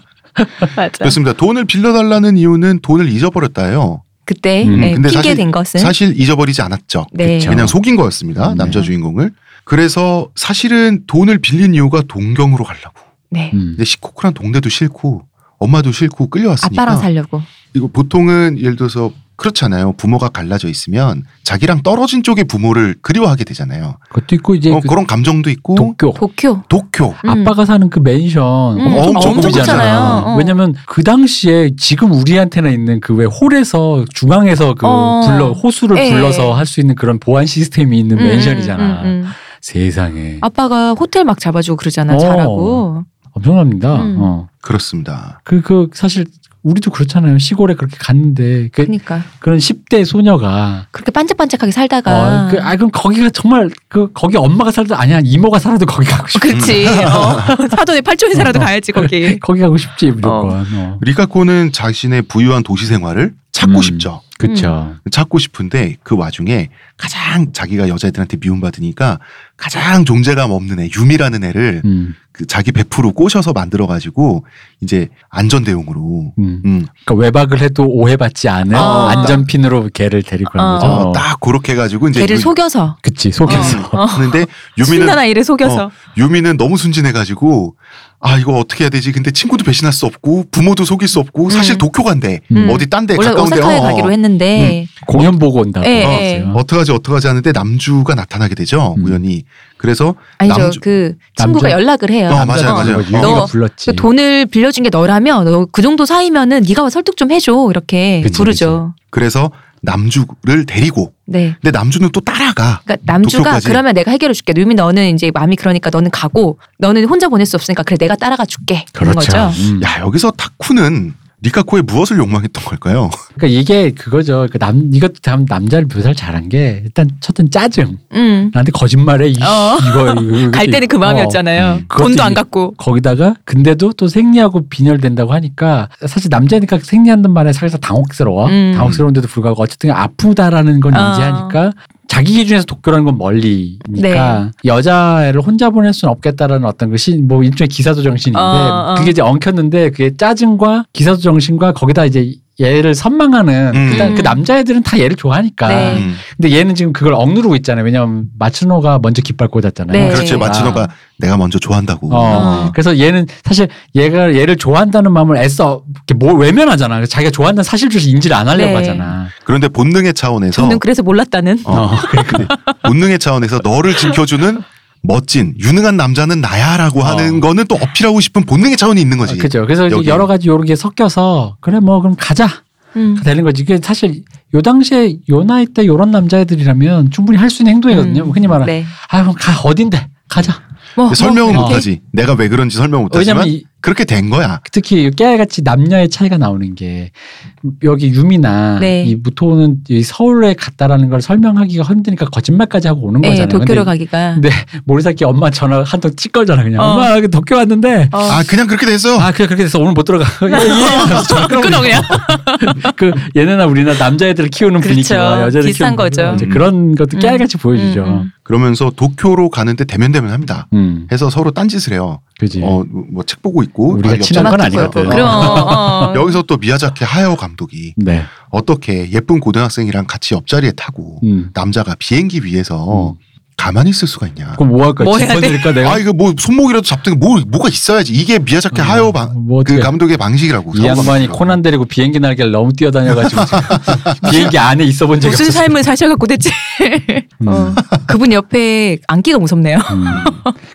[laughs] 맞아. 그렇습니다. 돈을 빌려달라는 이유는 돈을 잊어버렸다예요. 그때 음, 네, 근데 핑계 사실- 된 것은 사실 잊어버리지 않았죠. 네. 그쵸. 그냥 속인 거였습니다. 네. 남자 주인공을. 그래서 사실은 돈을 빌린 이유가 동경으로 가려고. 네. 음. 근데 시코쿠란 동네도 싫고 엄마도 싫고 끌려왔으니까. 아빠랑 살려고. 이거 보통은 예를 들어서 그렇잖아요. 부모가 갈라져 있으면 자기랑 떨어진 쪽의 부모를 그리워하게 되잖아요. 그것도 있고 이제 어, 그 그런 감정도 있고 도쿄. 도쿄. 도쿄. 음. 아빠가 사는 그 맨션 음, 엄청 크잖아요. 어. 왜냐면 그 당시에 지금 우리한테는 있는 그 왜 홀에서 중앙에서 그 어. 불러 호수를 예. 불러서 할 수 있는 그런 보안 시스템이 있는 음, 맨션이잖아. 음, 음, 음. 세상에 아빠가 호텔 막 잡아주고 그러잖아. 어. 잘하고. 엄청납니다. 음. 어. 그렇습니다. 그, 그, 사실, 우리도 그렇잖아요. 시골에 그렇게 갔는데, 그, 그러니까 그런 10대 소녀가. 그렇게 반짝반짝하게 살다가. 어, 그, 아, 그럼 거기가 정말, 그, 거기 엄마가 살도, 아니야, 이모가 살아도 거기 가고 싶 그렇지. 어. [laughs] 사돈에 팔촌이사라도 가야지 거기. 거기 가고 싶지, 무조건. 어. 리카코는 자신의 부유한 도시 생활을 찾고 음. 싶죠. 그쵸. 찾고 싶은데 그 와중에 가장 자기가 여자애들한테 미움받으니까 가장 존재감 없는 애 유미라는 애를 음, 그 자기 베프로 꼬셔서 만들어 가지고 이제 안전 대용으로 음. 음, 그러니까 외박을 해도 오해받지 않은 어. 안전핀으로 걔를 데리고 간 어. 거죠. 어, 딱 그렇게 해가지고 이제 걔를 유- 속여서. 그치, 아. 속에서. 어, 하는데 유미는 어. 신나나 이를 속여서. 유미는 너무 순진해가지고 아 이거 어떻게 해야 되지? 근데 친구도 배신할 수 없고 부모도 속일 수 없고 사실 음. 도쿄 간대 음. 어디 딴 데 원래 가까운 데 오사카에 어, 가기로 했는데 공연 보고 온다고. 예, 어. 예. 어떡하지 어떡하지 하는데 남주가 나타나게 되죠 음. 우연히 그래서 아니죠 남주- 그 친구가 남자- 연락을 해요. 어, 맞아요, 남자가 맞아요. 그거 유미가 너 불렀지. 그 돈을 빌려준 게 너라면 너 그 정도 사이면은 네가 와 설득 좀 해줘 이렇게 그치, 부르죠. 그래서 남주를 데리고 네. 근데 남주는 또 따라가 그러니까 남주가 도쿄까지. 그러면 내가 해결해 줄게. 유미 너는 이제 마음이 그러니까 너는 가고 너는 혼자 보낼 수 없으니까 그래 내가 따라가 줄게. 그런 그렇죠. 거죠. 음. 야 여기서 타쿠는 리카코의 무엇을 욕망했던 걸까요? 그러니까 이게 그거죠. 그 남, 이것도 참 남자를 묘사를 잘한 게 일단 첫째는 짜증. 음. 나한테 거짓말해. 이, 어. 이거, 이거. [laughs] 갈 때는 그 어. 마음이었잖아요. 음. 돈도 그것도 안 갖고. 거기다가 근데도 또 생리하고 빈혈된다고 하니까 사실 남자니까 생리한단 말에 살짝 당혹스러워. 음. 당혹스러운데도 불구하고 어쨌든 아프다라는 건 어. 인지하니까 자기 기준에서 도쿄라는 건 네. 멀리니까 여자애를 혼자 보낼 수는 없겠다라는 어떤 것이 뭐 일종의 기사도 정신인데 어, 어. 그게 이제 엉켰는데 그게 짜증과 기사도 정신과 거기다 이제 얘를 선망하는 음. 일단 그 음. 남자애들은 다 얘를 좋아하니까 네. 음. 근데 얘는 지금 그걸 억누르고 있잖아요 왜냐하면 마츠노가 먼저 깃발 꽂았잖아요 네. 그렇지 그렇죠. 마치노가 내가 먼저 좋아한다고 어. 어. 그래서 얘는 사실 얘가 얘를 좋아한다는 마음을 애써 이렇게 뭐 외면하잖아. 그래서 자기가 좋아한다는 사실 조차 인지를 안 하려고 네. 하잖아. 그런데 본능의 차원에서 저는 그래서 몰랐다는. 어. 근데 본능의 차원에서 너를 지켜주는 멋진 유능한 남자는 나야라고 하는 어. 거는 또 어필하고 싶은 본능의 차원이 있는 거지. 어, 그죠. 그래서 이제 여기. 여러 가지 요런 게 섞여서 그래 뭐 그럼 가자 음. 되는 거지. 이게 사실 요 당시에 요 나이 때 요런 남자애들이라면 충분히 할 수 있는 행동이거든요. 음. 흔히 말하 네. 아 그럼 가 어딘데 가자. 뭐, 뭐, 근데 설명은 어. 못하지. 내가 왜 그런지 설명 왜냐면 못하지만 이- 그렇게 된 거야. 특히 깨알같이 남녀의 차이가 나오는 게 여기 유미나 네. 이 무토는 이 서울에 갔다라는 걸 설명하기가 힘드니까 거짓말까지 하고 오는 네, 거잖아요. 근데 도쿄로 가기가. 근데 모리사키 엄마 전화 한통 찌꺼잖아 그냥 어. 엄마 여기 도쿄 왔는데 어. 아 그냥 그렇게 됐어. 아 그래 그렇게 돼서 오늘 못 들어가 [laughs] 예, 예. 전화 끊어. 끊어 그냥. 그 얘네나 우리나 남자애들을 키우는 그렇죠. 분위기와 여자를 비슷한 키우는 분위기와 거죠. 이제 그런 것도 음. 깨알같이 보여주죠 음, 음, 음. 그러면서 도쿄로 가는데 대면대면 합니다. 해서 서로 딴짓을 해요. 그지 어뭐 책 보고 있고 예. 우리가 아, 친한 건 옆자리 아니거든. 보고 있고. 그럼. 어, 어. [laughs] 여기서 또 미야자키 하야오 감독이 네 어떻게 예쁜 고등학생이랑 같이 옆자리에 타고 음. 남자가 비행기 위에서 음. 가만히 있을 수가 있냐? 그럼 뭐 할까 뭐 해야 돼? 까 내가 어. 아 이거 뭐 손목이라도 잡든 뭐 뭐가 있어야지 이게 미야자키 음, 하야오 방, 뭐 그 어떻게- 감독의 방식이라고. 이 양반이 사고방식이라고. 코난 데리고 비행기 날개를 너무 뛰어다녀가지고 [laughs] 비행기 안에 있어본 적이 무슨 없어 삶을 사셔갖고 대체. [laughs] 어. 그분 옆에 앉기가 무섭네요. 음.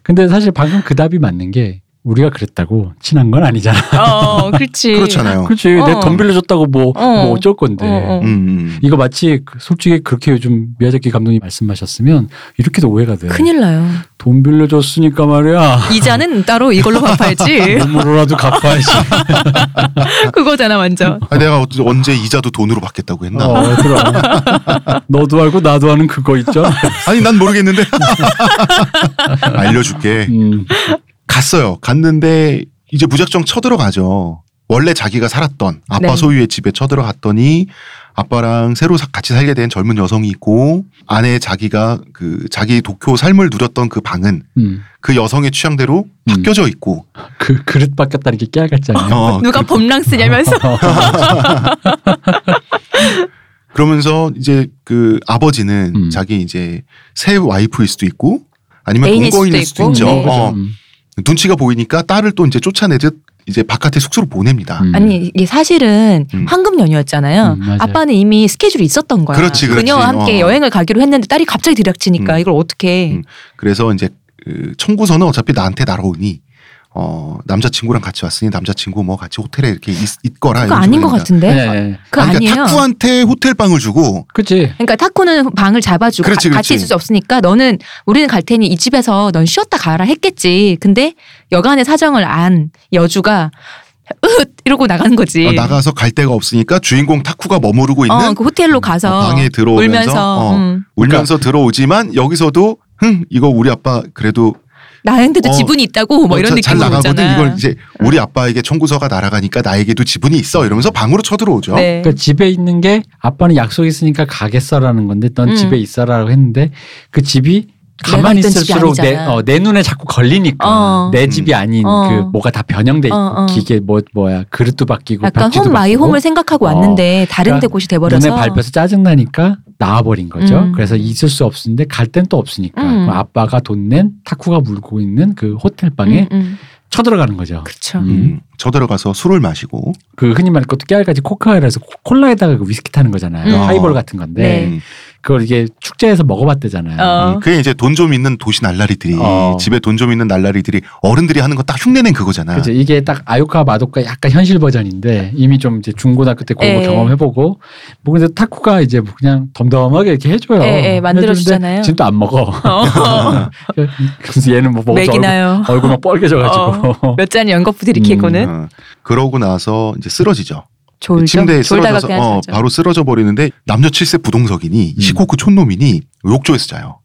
근데 사실 방금 그 답이 맞는 게 우리가 그랬다고 친한 건 아니잖아. 어, 그렇지. 그렇잖아요. 그렇지. 어. 내 돈 빌려줬다고 뭐, 어. 뭐 어쩔 건데. 어, 어. 음, 음. 이거 마치 그- 솔직히 그렇게 요즘 미야자키 감독님 말씀하셨으면 이렇게도 오해가 돼. 큰일 나요. 돈 빌려줬으니까 [laughs] 말이야. 이자는 따로 이걸로 갚아야지. [laughs] 몸으로라도 갚아야지. 그거잖아, 완전. 아, 내가 어째- 언제 이자도 돈으로 받겠다고 했나? 어, 그럼. [laughs] 너도 알고 나도 아는 그거 [laughs] 있죠? 아니 난 [laughs] 모르겠는데 네. 알려줄게. 음. 갔어요. 갔는데 이제 무작정 쳐들어가죠. 원래 자기가 살았던 아빠 네. 소유의 집에 쳐들어갔더니 아빠랑 새로 사- 같이 살게 된 젊은 여성이 있고 안에 자기가 그 자기 도쿄 삶을 누렸던 그 방은 음. 그 여성의 취향대로 음. 바뀌어져 있고 그 그릇 바뀌었다는 게 깨알 같지 않아요? 그러니까 어, 누가 범랑 쓰냐면서. 그러면서 이제 그 아버지는 음. 자기 이제 새 와이프일 수도 있고 아니면 애인일 동거인일 수도, 수도 있고. 있죠. 네. 어, 음. 눈치가 보이니까 딸을 또 이제 쫓아내듯 이제 바깥에 숙소로 보냅니다. 음. 아니, 이게 사실은 음. 황금 연휴였잖아요. 음, 맞아요. 아빠는 이미 스케줄이 있었던 거야. 그렇지, 그렇지. 그녀와 함께 어. 여행을 가기로 했는데 딸이 갑자기 들이닥치니까 음. 이걸 어떻게 해. 음. 그래서 이제 그 청구서는 어차피 나한테 날아오니 어 남자친구랑 같이 왔으니 남자친구 뭐 같이 호텔에 이렇게 있, 거라 그거 아닌 것 그러니까. 같은데? 네, 네. 그거 아니에요 탁구한테 호텔 방을 주고 그치. 그러니까 타코는 방을 잡아주고 그렇지, 가- 같이 그렇지. 있을 수 없으니까 너는 우리는 갈 테니 이 집에서 넌 쉬었다 가라 했겠지. 근데 여간의 사정을 안 여주가 으 이러고 나가는 거지. 네. 어, 나가서 갈 데가 없으니까 주인공 탁구가 머무르고 있는 어, 그 호텔로 가서 어, 방에 들어오면서 울면서 어, 음. 울면서 들어오지만 여기서도 흥 이거 우리 아빠 그래도 나한테도 어, 지분이 있다고 뭐 어, 이런 자- 잘 느낌으로 나가거든 오잖아. 이걸 이제 우리 아빠에게 청구서가 날아가니까 나에게도 지분이 있어 이러면서 방으로 쳐들어오죠. 네. 그러니까 집에 있는 게 아빠는 약속 있으니까 가겠어라는 건데 넌 음. 집에 있어라고 했는데 그 집이 내가 가만히 있던 집이 있을수록 내, 아니잖아. 어, 내 눈에 자꾸 걸리니까 어. 내 집이 아닌 어. 그 뭐가 다 변형돼 있고 어, 어. 기계 뭐 뭐야 그릇도 바뀌고 약간 벽지도 홈 마이 바뀌고 홈을 생각하고 어, 왔는데 다른 그러니까 데 곳이 돼버려서 눈에 밟혀서 짜증나니까 나와버린 거죠. 음. 그래서 있을 수 없는데 갈 땐 또 없으니까 음. 그럼 아빠가 돈 낸 타쿠가 물고 있는 그 호텔 방에 음, 음. 쳐들어가는 거죠. 그렇죠. 음. 음, 쳐들어가서 술을 마시고 그 흔히 말하는 것도 깨알같이 코카에라서 콜라에다가 그 위스키 타는 거잖아요. 음. 하이볼 같은 건데 네. [laughs] 음, 그걸 이게 축제에서 먹어봤대잖아요. 어. 음, 그게 이제 돈 좀 있는 도시 날라리들이 어. 집에 돈 좀 있는 날라리들이 어른들이 하는 거 딱 흉내낸 그거잖아. 그죠 이게 딱 아요카 마도카 약간 현실 버전인데 이미 좀 이제 중고등학교 때 그런 거 예. 경험해보고 뭐 근데 타쿠가 이제 뭐 그냥 덤덤하게 이렇게 해줘요. 예, 예, 만들어주잖아요. 지금 또 안 먹어. [laughs] 어. 그래서 얘는 뭐 먹어서 얼굴, 맥이나요. 어. 얼굴 막 뻘개져가지고 몇 잔 연거푸 음, 들이키고는 어, 그러고 나서 이제 쓰러지죠. 아, 졸죠. 침대에 졸다가 쓰러져서 그냥 어, 자죠. 바로 쓰러져 버리는데 남녀 칠세 부동석이니 음. 시코쿠 촌놈이니 욕조에서 자요.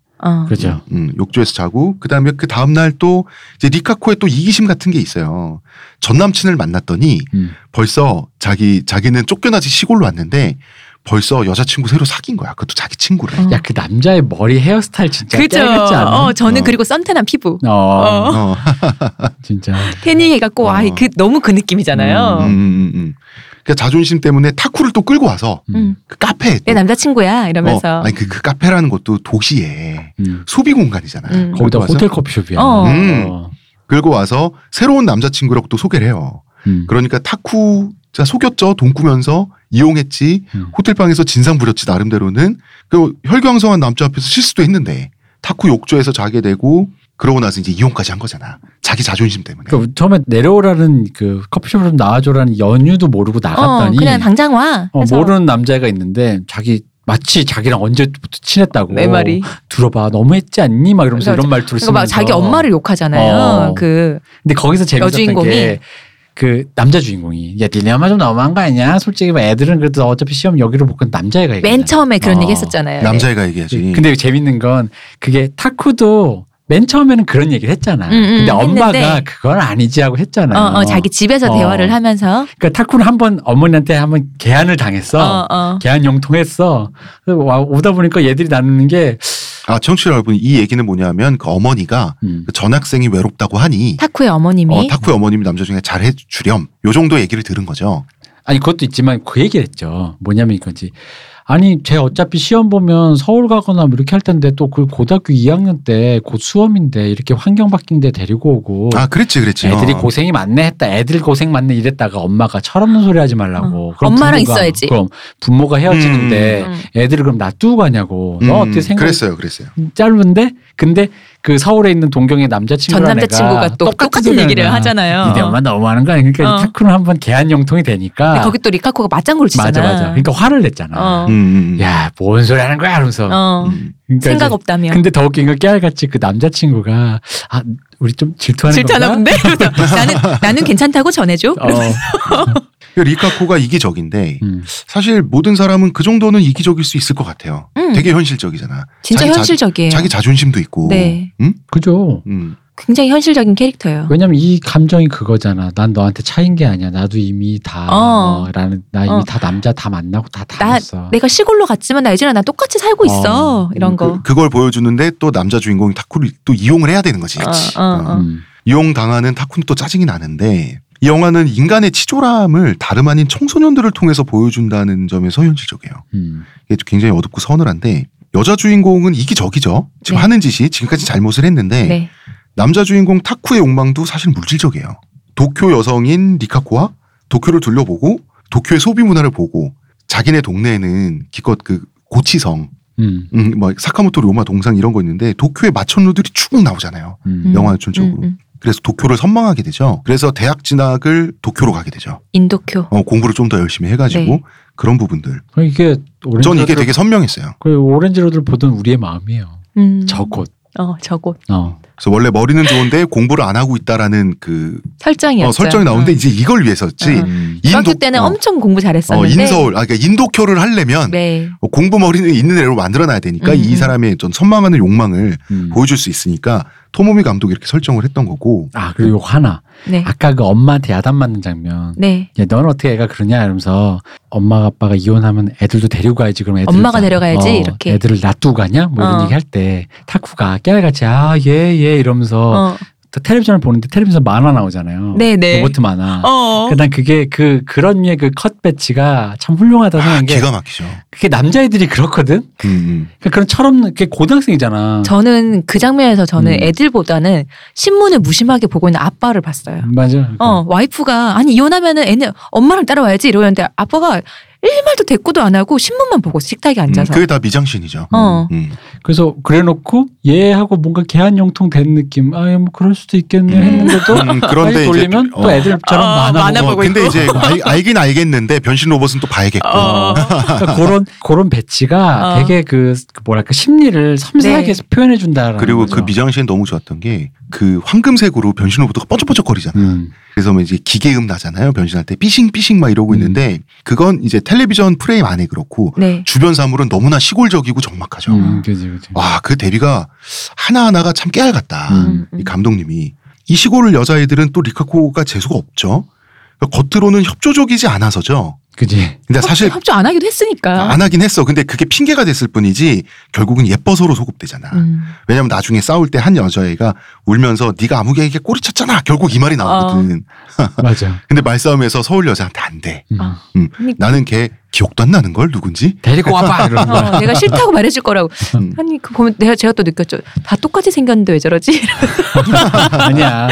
[laughs] 어. 그렇죠. 음, 욕조에서 자고 그다음에 그 다음 날 또 이제 리카코의 또 이기심 같은 게 있어요. 전 남친을 만났더니 음. 벌써 자기 자기는 쫓겨나지 시골로 왔는데 벌써 여자친구 새로 사귄 거야. 그것도 자기 친구를. 어. 야 그 남자의 머리 헤어스타일 진짜 그죠. 깨같지 않아? 어, 저는 어. 그리고 썬텐한 피부. 어, 어. 어. 진짜 태닝 해갖고 어. 아이 그 너무 그 느낌이잖아요. 음, 음, 음. 그러니까 자존심 때문에 타쿠를 또 끌고 와서 음. 음. 그 카페에 또 내 남자친구야 어, 이러면서. 아니 그, 그 카페라는 것도 도시에 음. 소비 공간이잖아요. 음. 거기다 와서 호텔 커피숍이야. 어. 음. 어. 끌고 와서 새로운 남자친구라고 또 소개를 해요. 음. 그러니까 타쿠 자 속였죠. 돈 꾸면서 이용했지. 음. 호텔방에서 진상 부렸지 나름대로는 그 혈경성한 남자 앞에서 실수도 했는데 타쿠 욕조에서 자게 되고 그러고 나서 이제 이혼까지 한 거잖아. 자기 자존심 때문에. 그러니까 처음에 내려오라는 그 커피숍으로 나와줘라는 연유도 모르고 어, 나갔더니 그냥 당장 와. 어, 해서 모르는 남자애가 있는데 자기 마치 자기랑 언제부터 친했다고 내 말이. 들어봐 너무했지 않니 막 이러면서 그러니까 이런 말투를 그러니까 쓰면서 막 자기 엄마를 욕하잖아요. 어. 그 근데 거기서 재밌었던 여주인공이. 게 그 남자 주인공이 야 니네 엄마 좀 너무한 거 아니야 솔직히 막 애들은 그래도 어차피 시험 여기로 볼 건 남자애가 맨 얘기잖아. 처음에 그런 어. 얘기 했었잖아요. 남자애가 얘기하지. 네. 근데 재밌는 건 그게 타쿠도 맨 처음에는 그런 얘기를 했잖아 음, 음, 근데 엄마가 했는데. 그건 아니지 하고 했잖아요 어, 어, 자기 집에서 어. 대화를 하면서. 그러니까 타쿠는 한 번 어머니한테 한 번 개안을 당했어 어, 어. 개안 용통했어 그래서 와, 오다 보니까 얘들이 나누는 게 아 청취자 여러분 이 얘기는 뭐냐면 그 어머니가 음, 그 전학생이 외롭다고 하니 타쿠의 어머님이. 어, 타쿠의 어머님이 남자 중에 잘해 주렴. 요 정도 얘기를 들은 거죠. 아니 그것도 있지만 그 얘기를 했죠. 뭐냐면 이거지. 아니 쟤 어차피 시험 보면 서울 가거나 뭐 이렇게 할 텐데 또 그 고등학교 2학년 때 곧 수험인데 이렇게 환경 바뀐 데 데리고 오고 아, 그랬지, 그랬지. 애들이 어. 고생이 많네 했다. 애들 고생 많네 이랬다가 엄마가 철없는 소리 하지 말라고. 어. 엄마랑 있어야지. 그럼 부모가 헤어지는데 음. 애들을 그럼 놔두고 가냐고. 너 음, 어떻게 생각? 그랬어요, 그랬어요. 짧은데 근데 그 서울에 있는 동경의 남자친구랑 전 남자친구가 내가 또 똑같은 똑같은 얘기를 애가 하잖아요. 니네 엄마 너무하는 거 아니야? 그러니까 어. 이 타쿠는 한번 개한 영통이 되니까 근데 거기 또 리카코가 맞장구를 치잖아. 맞아 맞아. 그러니까 화를 냈잖아. 어. 음, 음, 음. 야 뭔 소리 하는 거야? 하면서 어. 음. 그러니까 생각 이제 없다며. 근데 더 웃긴 건 깨알같이 그 남자친구가 아 우리 좀 질투하는 질투하나 건가? 본데? 그래서 나는, 나는 괜찮다고 전해줘? 어, 그 리카코가 이기적인데 음. 사실 모든 사람은 그 정도는 이기적일 수 있을 것 같아요. 음. 되게 현실적이잖아. 진짜 자기 자- 현실적이에요. 자기 자존심도 있고. 네. 음? 그죠. 음. 굉장히 현실적인 캐릭터예요. 왜냐면 이 감정이 그거잖아. 난 너한테 차인 게 아니야. 나도 이미 다 어. 어, 라는 나 이미 어. 다 남자 다 만나고 다 나- 다녔어. 내가 시골로 갔지만 나 예전에 나 똑같이 살고 있어. 어. 이런 거. 그, 그걸 보여주는데 또 남자 주인공이 타쿠를 또 이용을 해야 되는 거지. 어, 그치? 어, 어. 음. 이용 당하는 타쿠는 또 짜증이 나는데 이 영화는 인간의 치졸함을 다름 아닌 청소년들을 통해서 보여준다는 점에서 현실적이에요. 음. 이게 굉장히 어둡고 서늘한데 여자 주인공은 이기적이죠. 지금 네. 하는 짓이 지금까지 잘못을 했는데 네. 남자 주인공 타쿠의 욕망도 사실 물질적이에요. 도쿄 여성인 리카코와 도쿄를 둘러보고 도쿄의 소비 문화를 보고 자기네 동네에는 기껏 그 고치성, 음. 음, 뭐 사카모토 료마 동상 이런 거 있는데 도쿄의 마천루들이 쭉 나오잖아요. 음. 음. 영화 전적으로. 음, 음. 그래서 도쿄를 선망하게 되죠. 그래서 대학 진학을 도쿄로 가게 되죠. 인도쿄. 어, 공부를 좀 더 열심히 해가지고 네. 그런 부분들. 그럼 어, 이게 오렌지 전 이게 로드를- 되게 선명했어요. 그 오렌지로드를 보던 우리의 마음이에요. 음. 저곳. 어, 저곳. 어. 그래서 원래 머리는 좋은데 공부를 안 하고 있다라는 그 설정이었죠. 어, 설정이 나오는데 어. 이제 이걸 위해서였지. 어. 음. 중학교 인도- 때는 어. 엄청 공부 어, 잘했었는데. 인서울, 아, 그러니까 인도교를 하려면 네. 어, 공부 머리는 있는 애로 만들어놔야 되니까 음, 이 음. 사람의 전 선망하는 욕망을 음. 보여줄 수 있으니까 토모미 감독이 이렇게 설정을 했던 거고. 아 그리고 이거 하나. 네. 아까 그 엄마한테 야단 맞는 장면. 네. 야, 넌 어떻게 애가 그러냐 이러면서 엄마가 아빠가 이혼하면 애들도 데리고 가야지 그럼 애들 엄마가 다- 데려가야지, 어, 이렇게. 애들을 놔두고 가냐 뭐 이런 어. 얘기 할 때 타쿠가 깨알같이 아 예 예 어. 이러면서 또 텔레비전을 보는데 텔레비전 만화 나오잖아요 네, 네. 로봇 만화 어. 그난 그게 그 그런 류의 그컷 배치가 참 훌륭하다 아, 생각한 게 기가 막히죠. 그게 남자애들이 그렇거든 음, 음. 그러니까 그런 철없는 그게 어. 고등학생이잖아 저는 그 장면에서 저는 음. 애들보다는 신문을 무심하게 보고 있는 아빠를 봤어요. 음. 맞아 어, 와이프가 아니 이혼하면은 애는 엄마랑 따라와야지 이러는데 아빠가 일말도 대꾸도 안 하고 신문만 보고 식탁에 음, 앉아서. 그게 다 미장신이죠. 어. 음. 그래서 그래놓고 얘하고 뭔가 개한용통 된 느낌 아 뭐 그럴 수도 있겠네 했는데도 [laughs] 음, 빨리 그런데 이제 돌리면 어. 또 애들처럼 어, 만화 만화 보고 보고 근데 이제 알, 알긴 알겠는데 변신 로봇은 또 봐야겠고. 어. 그러니까 그런 그런 배치가 어. 되게 그, 그 뭐랄까 심리를 섬세하게 네. 표현해 준다라는 그리고 거죠. 그 미장신 너무 좋았던 게 그 황금색으로 변신 로봇가 번쩍번쩍거리잖아. 음. 그래서 뭐 이제 기계음 나잖아요. 변신할 때 삐싱 삐싱 막 이러고 음. 있는데 그건 이제 텔레비전 프레임 안에 그렇고 네. 주변 사물은 너무나 시골적이고 적막하죠. 음, 그지 그지. 와, 그 대비가 하나하나가 참 깨알 같다. 음. 음, 음. 이 감독님이. 이 시골 여자애들은 또 리카코가 재수가 없죠. 그러니까 겉으로는 협조적이지 않아서죠. [laughs] 그지. 근데 사실 협조 어, 안 하기도 했으니까. 안 하긴 했어. 근데 그게 핑계가 됐을 뿐이지 결국은 예뻐서로 소급되잖아. 음. 왜냐면 나중에 싸울 때 한 여자애가 울면서 네가 아무개에게 꼬리 쳤잖아. 결국 이 말이 나오거든. 어. 맞아. 근데 말싸움에서 서울 여자한테 안 돼. 음. 아. 그러니까. 나는 걔 기억도 안 나는 걸 누군지. 데리고 와봐 이런 거. 어, 내가 싫다고 말해줄 거라고. 음. 아니 그 보면 내가 제가 또 느꼈죠. 다 똑같이 생겼는데 왜 저러지? [laughs] 아니야.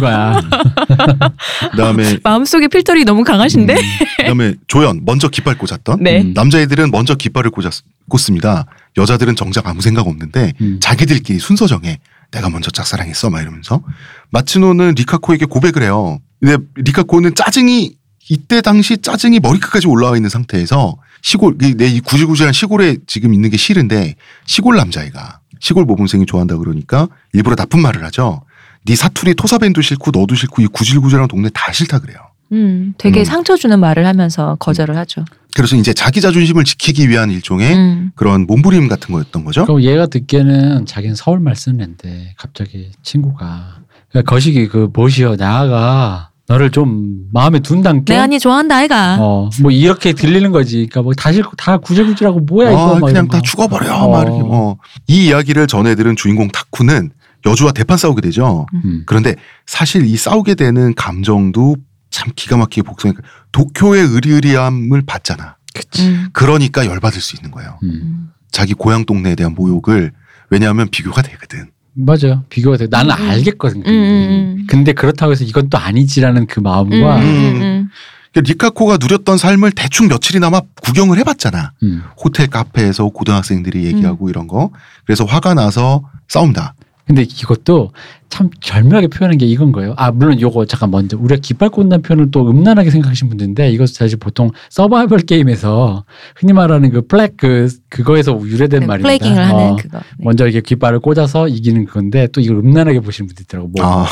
[laughs] 거야. 아, 네. 그다음에 마음속에 필터링이 너무 강하신데. 그다음에 조연 먼저 깃발 꽂았던 네. 음. 남자애들은 먼저 깃발을 꽂았, 꽂습니다. 여자들은 정작 아무 생각 없는데 음. 자기들끼리 순서 정해. 내가 먼저 짝사랑했어 막 이러면서 마츠노는 리카코에게 고백을 해요. 근데 리카코는 짜증이 이때 당시 짜증이 머리끝까지 올라와 있는 상태에서 시골 내 이 구질구질한 시골에 지금 있는 게 싫은데 시골 남자애가 시골 모범생이 좋아한다 그러니까 일부러 나쁜 말을 하죠. 네 사투리 토사밴도 싫고 너도 싫고 이 구질구질한 동네 다 싫다 그래요. 음, 되게 음. 상처 주는 말을 하면서 거절을 하죠. 그래서 이제 자기 자존심을 지키기 위한 일종의 음. 그런 몸부림 같은 거였던 거죠. 그럼 얘가 듣기에는 자기는 서울말 쓰는 애인데 갑자기 친구가 그러니까 거시기 그 보시오 나가 너를 좀 마음에 네? 둔단께. 내 네, 아니 좋아한다 아이가. 어뭐 이렇게 들리는 거지. 그러니까 뭐다 싫고 다 구질구질하고 뭐야 이거 아, 막 그냥 이런 다 거. 죽어버려. 어. 막 이렇게 뭐. 이 이야기를 전해들은 주인공 타쿠는 여주와 대판 싸우게 되죠. 음. 그런데 사실 이 싸우게 되는 감정도 참 기가 막히게 복선해. 도쿄의 의리의리함을 받잖아. 음. 그러니까 열받을 수 있는 거예요. 음. 음. 자기 고향 동네에 대한 모욕을 왜냐하면 비교가 되거든. 맞아요. 비교가 돼. 나는 음. 알겠거든. 음, 음, 음. 근데 그렇다고 해서 이건 또 아니지라는 그 마음과 음, 음. 음, 음. 그러니까 리카코가 누렸던 삶을 대충 며칠이나마 구경을 해봤잖아. 음. 호텔 카페에서 고등학생들이 얘기하고 이런 거. 그래서 화가 나서 싸운다. 근데 이것도 참 절묘하게 표현한 게 이건 거예요. 아 물론 요거 잠깐 먼저 우리가 깃발꽂는 표현을 또 음란하게 생각하신 분들인데 이것 사실 보통 서바이벌 게임에서 흔히 말하는 그 플랙 그 그거에서 유래된 네, 말입니다. 플래깅을 하는 어, 그거. 네. 먼저 이렇게 깃발을 꽂아서 이기는 건데 또 이걸 음란하게 보시는 분들 있더라고. 뭐 아,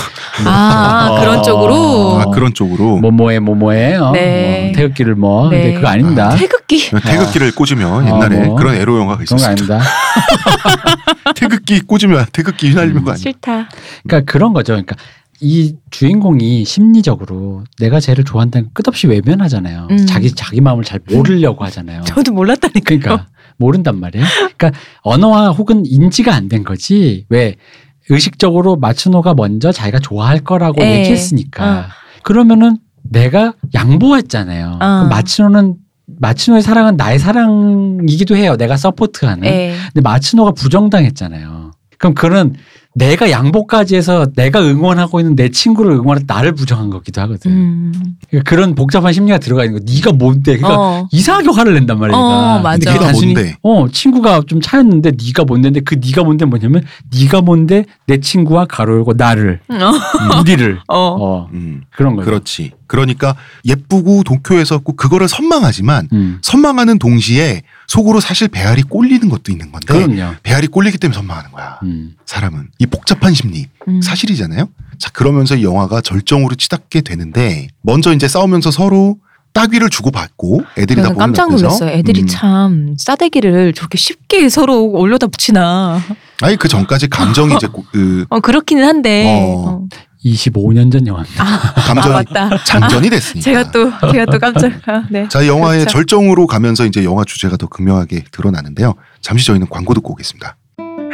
아, 어. 그런 쪽으로. 아, 그런 쪽으로 뭐뭐해 뭐뭐해 어, 네. 뭐 태극기를 뭐 네. 근데 그거 아닙니다. 태극기. 어. 태극기를 꽂으면 아, 옛날에 뭐. 그런 에로 영화가 그런 거 있었습니다. 아닙니다. [laughs] 태극기 꽂으면 태극기 휘날리는 거 아니에요? 싫다. [laughs] 그러니까 그런 거죠. 그러니까 이 주인공이 심리적으로 내가 쟤를 좋아한다는 걸 끝없이 외면하잖아요. 음. 자기 자기 마음을 잘 모르려고 하잖아요. 저도 몰랐다니까요. 그러니까 모른단 말이에요. 그러니까 언어화 혹은 인지가 안 된 거지. 왜 의식적으로 마츠노가 먼저 자기가 좋아할 거라고 네. 얘기했으니까. 그러면은 내가 양보했잖아요. 어. 그럼 마츠노는 마츠노의 사랑은 나의 사랑이기도 해요. 내가 서포트하는. 예. 근데 마츠노가 부정당했잖아요. 그럼 그는 내가 양보까지 해서 내가 응원하고 있는 내 친구를 응원해 나를 부정한 거기도 하거든. 음. 그러니까 그런 복잡한 심리가 들어가 있는 거. 네가 뭔데? 그러니까 어. 이상하게 화를 낸단 말이야. 어, 얘가. 맞아. 근데 그게 네가 단순히 뭔데? 어 친구가 좀 차였는데 네가 뭔데인데 그 네가 뭔데 뭐냐면 네가 뭔데 내 친구와 가로 열고 나를 음, [laughs] 우리를 어. 어. 어 음, 그런 거예요. 그렇지. 그러니까 예쁘고 도쿄에서 꼭 그거를 선망하지만 음, 선망하는 동시에 속으로 사실 배알이 꼴리는 것도 있는 건데 그럼요. 배알이 꼴리기 때문에 선망하는 거야. 음, 사람은 이 복잡한 심리 음. 사실이잖아요. 자 그러면서 이 영화가 절정으로 치닫게 되는데 먼저 이제 싸우면서 서로 따귀를 주고받고 애들이 다 저는 보는 깜짝 앞에서 놀랐어요. 애들이 음. 참 싸대기를 저렇게 쉽게 서로 올려다 붙이나. 아니 그 전까지 감정이 이제 고- 그 어, 그렇기는 한데. 어. 어. 25년 전 영화입니다. 아, 감정이 맞다. 장전이 됐으니까. 제가 또, 제가 또 깜짝, 아, 네. 자, 영화의 그렇죠. 절정으로 가면서 이제 영화 주제가 더 극명하게 드러나는데요. 잠시 저희는 광고 듣고 오겠습니다.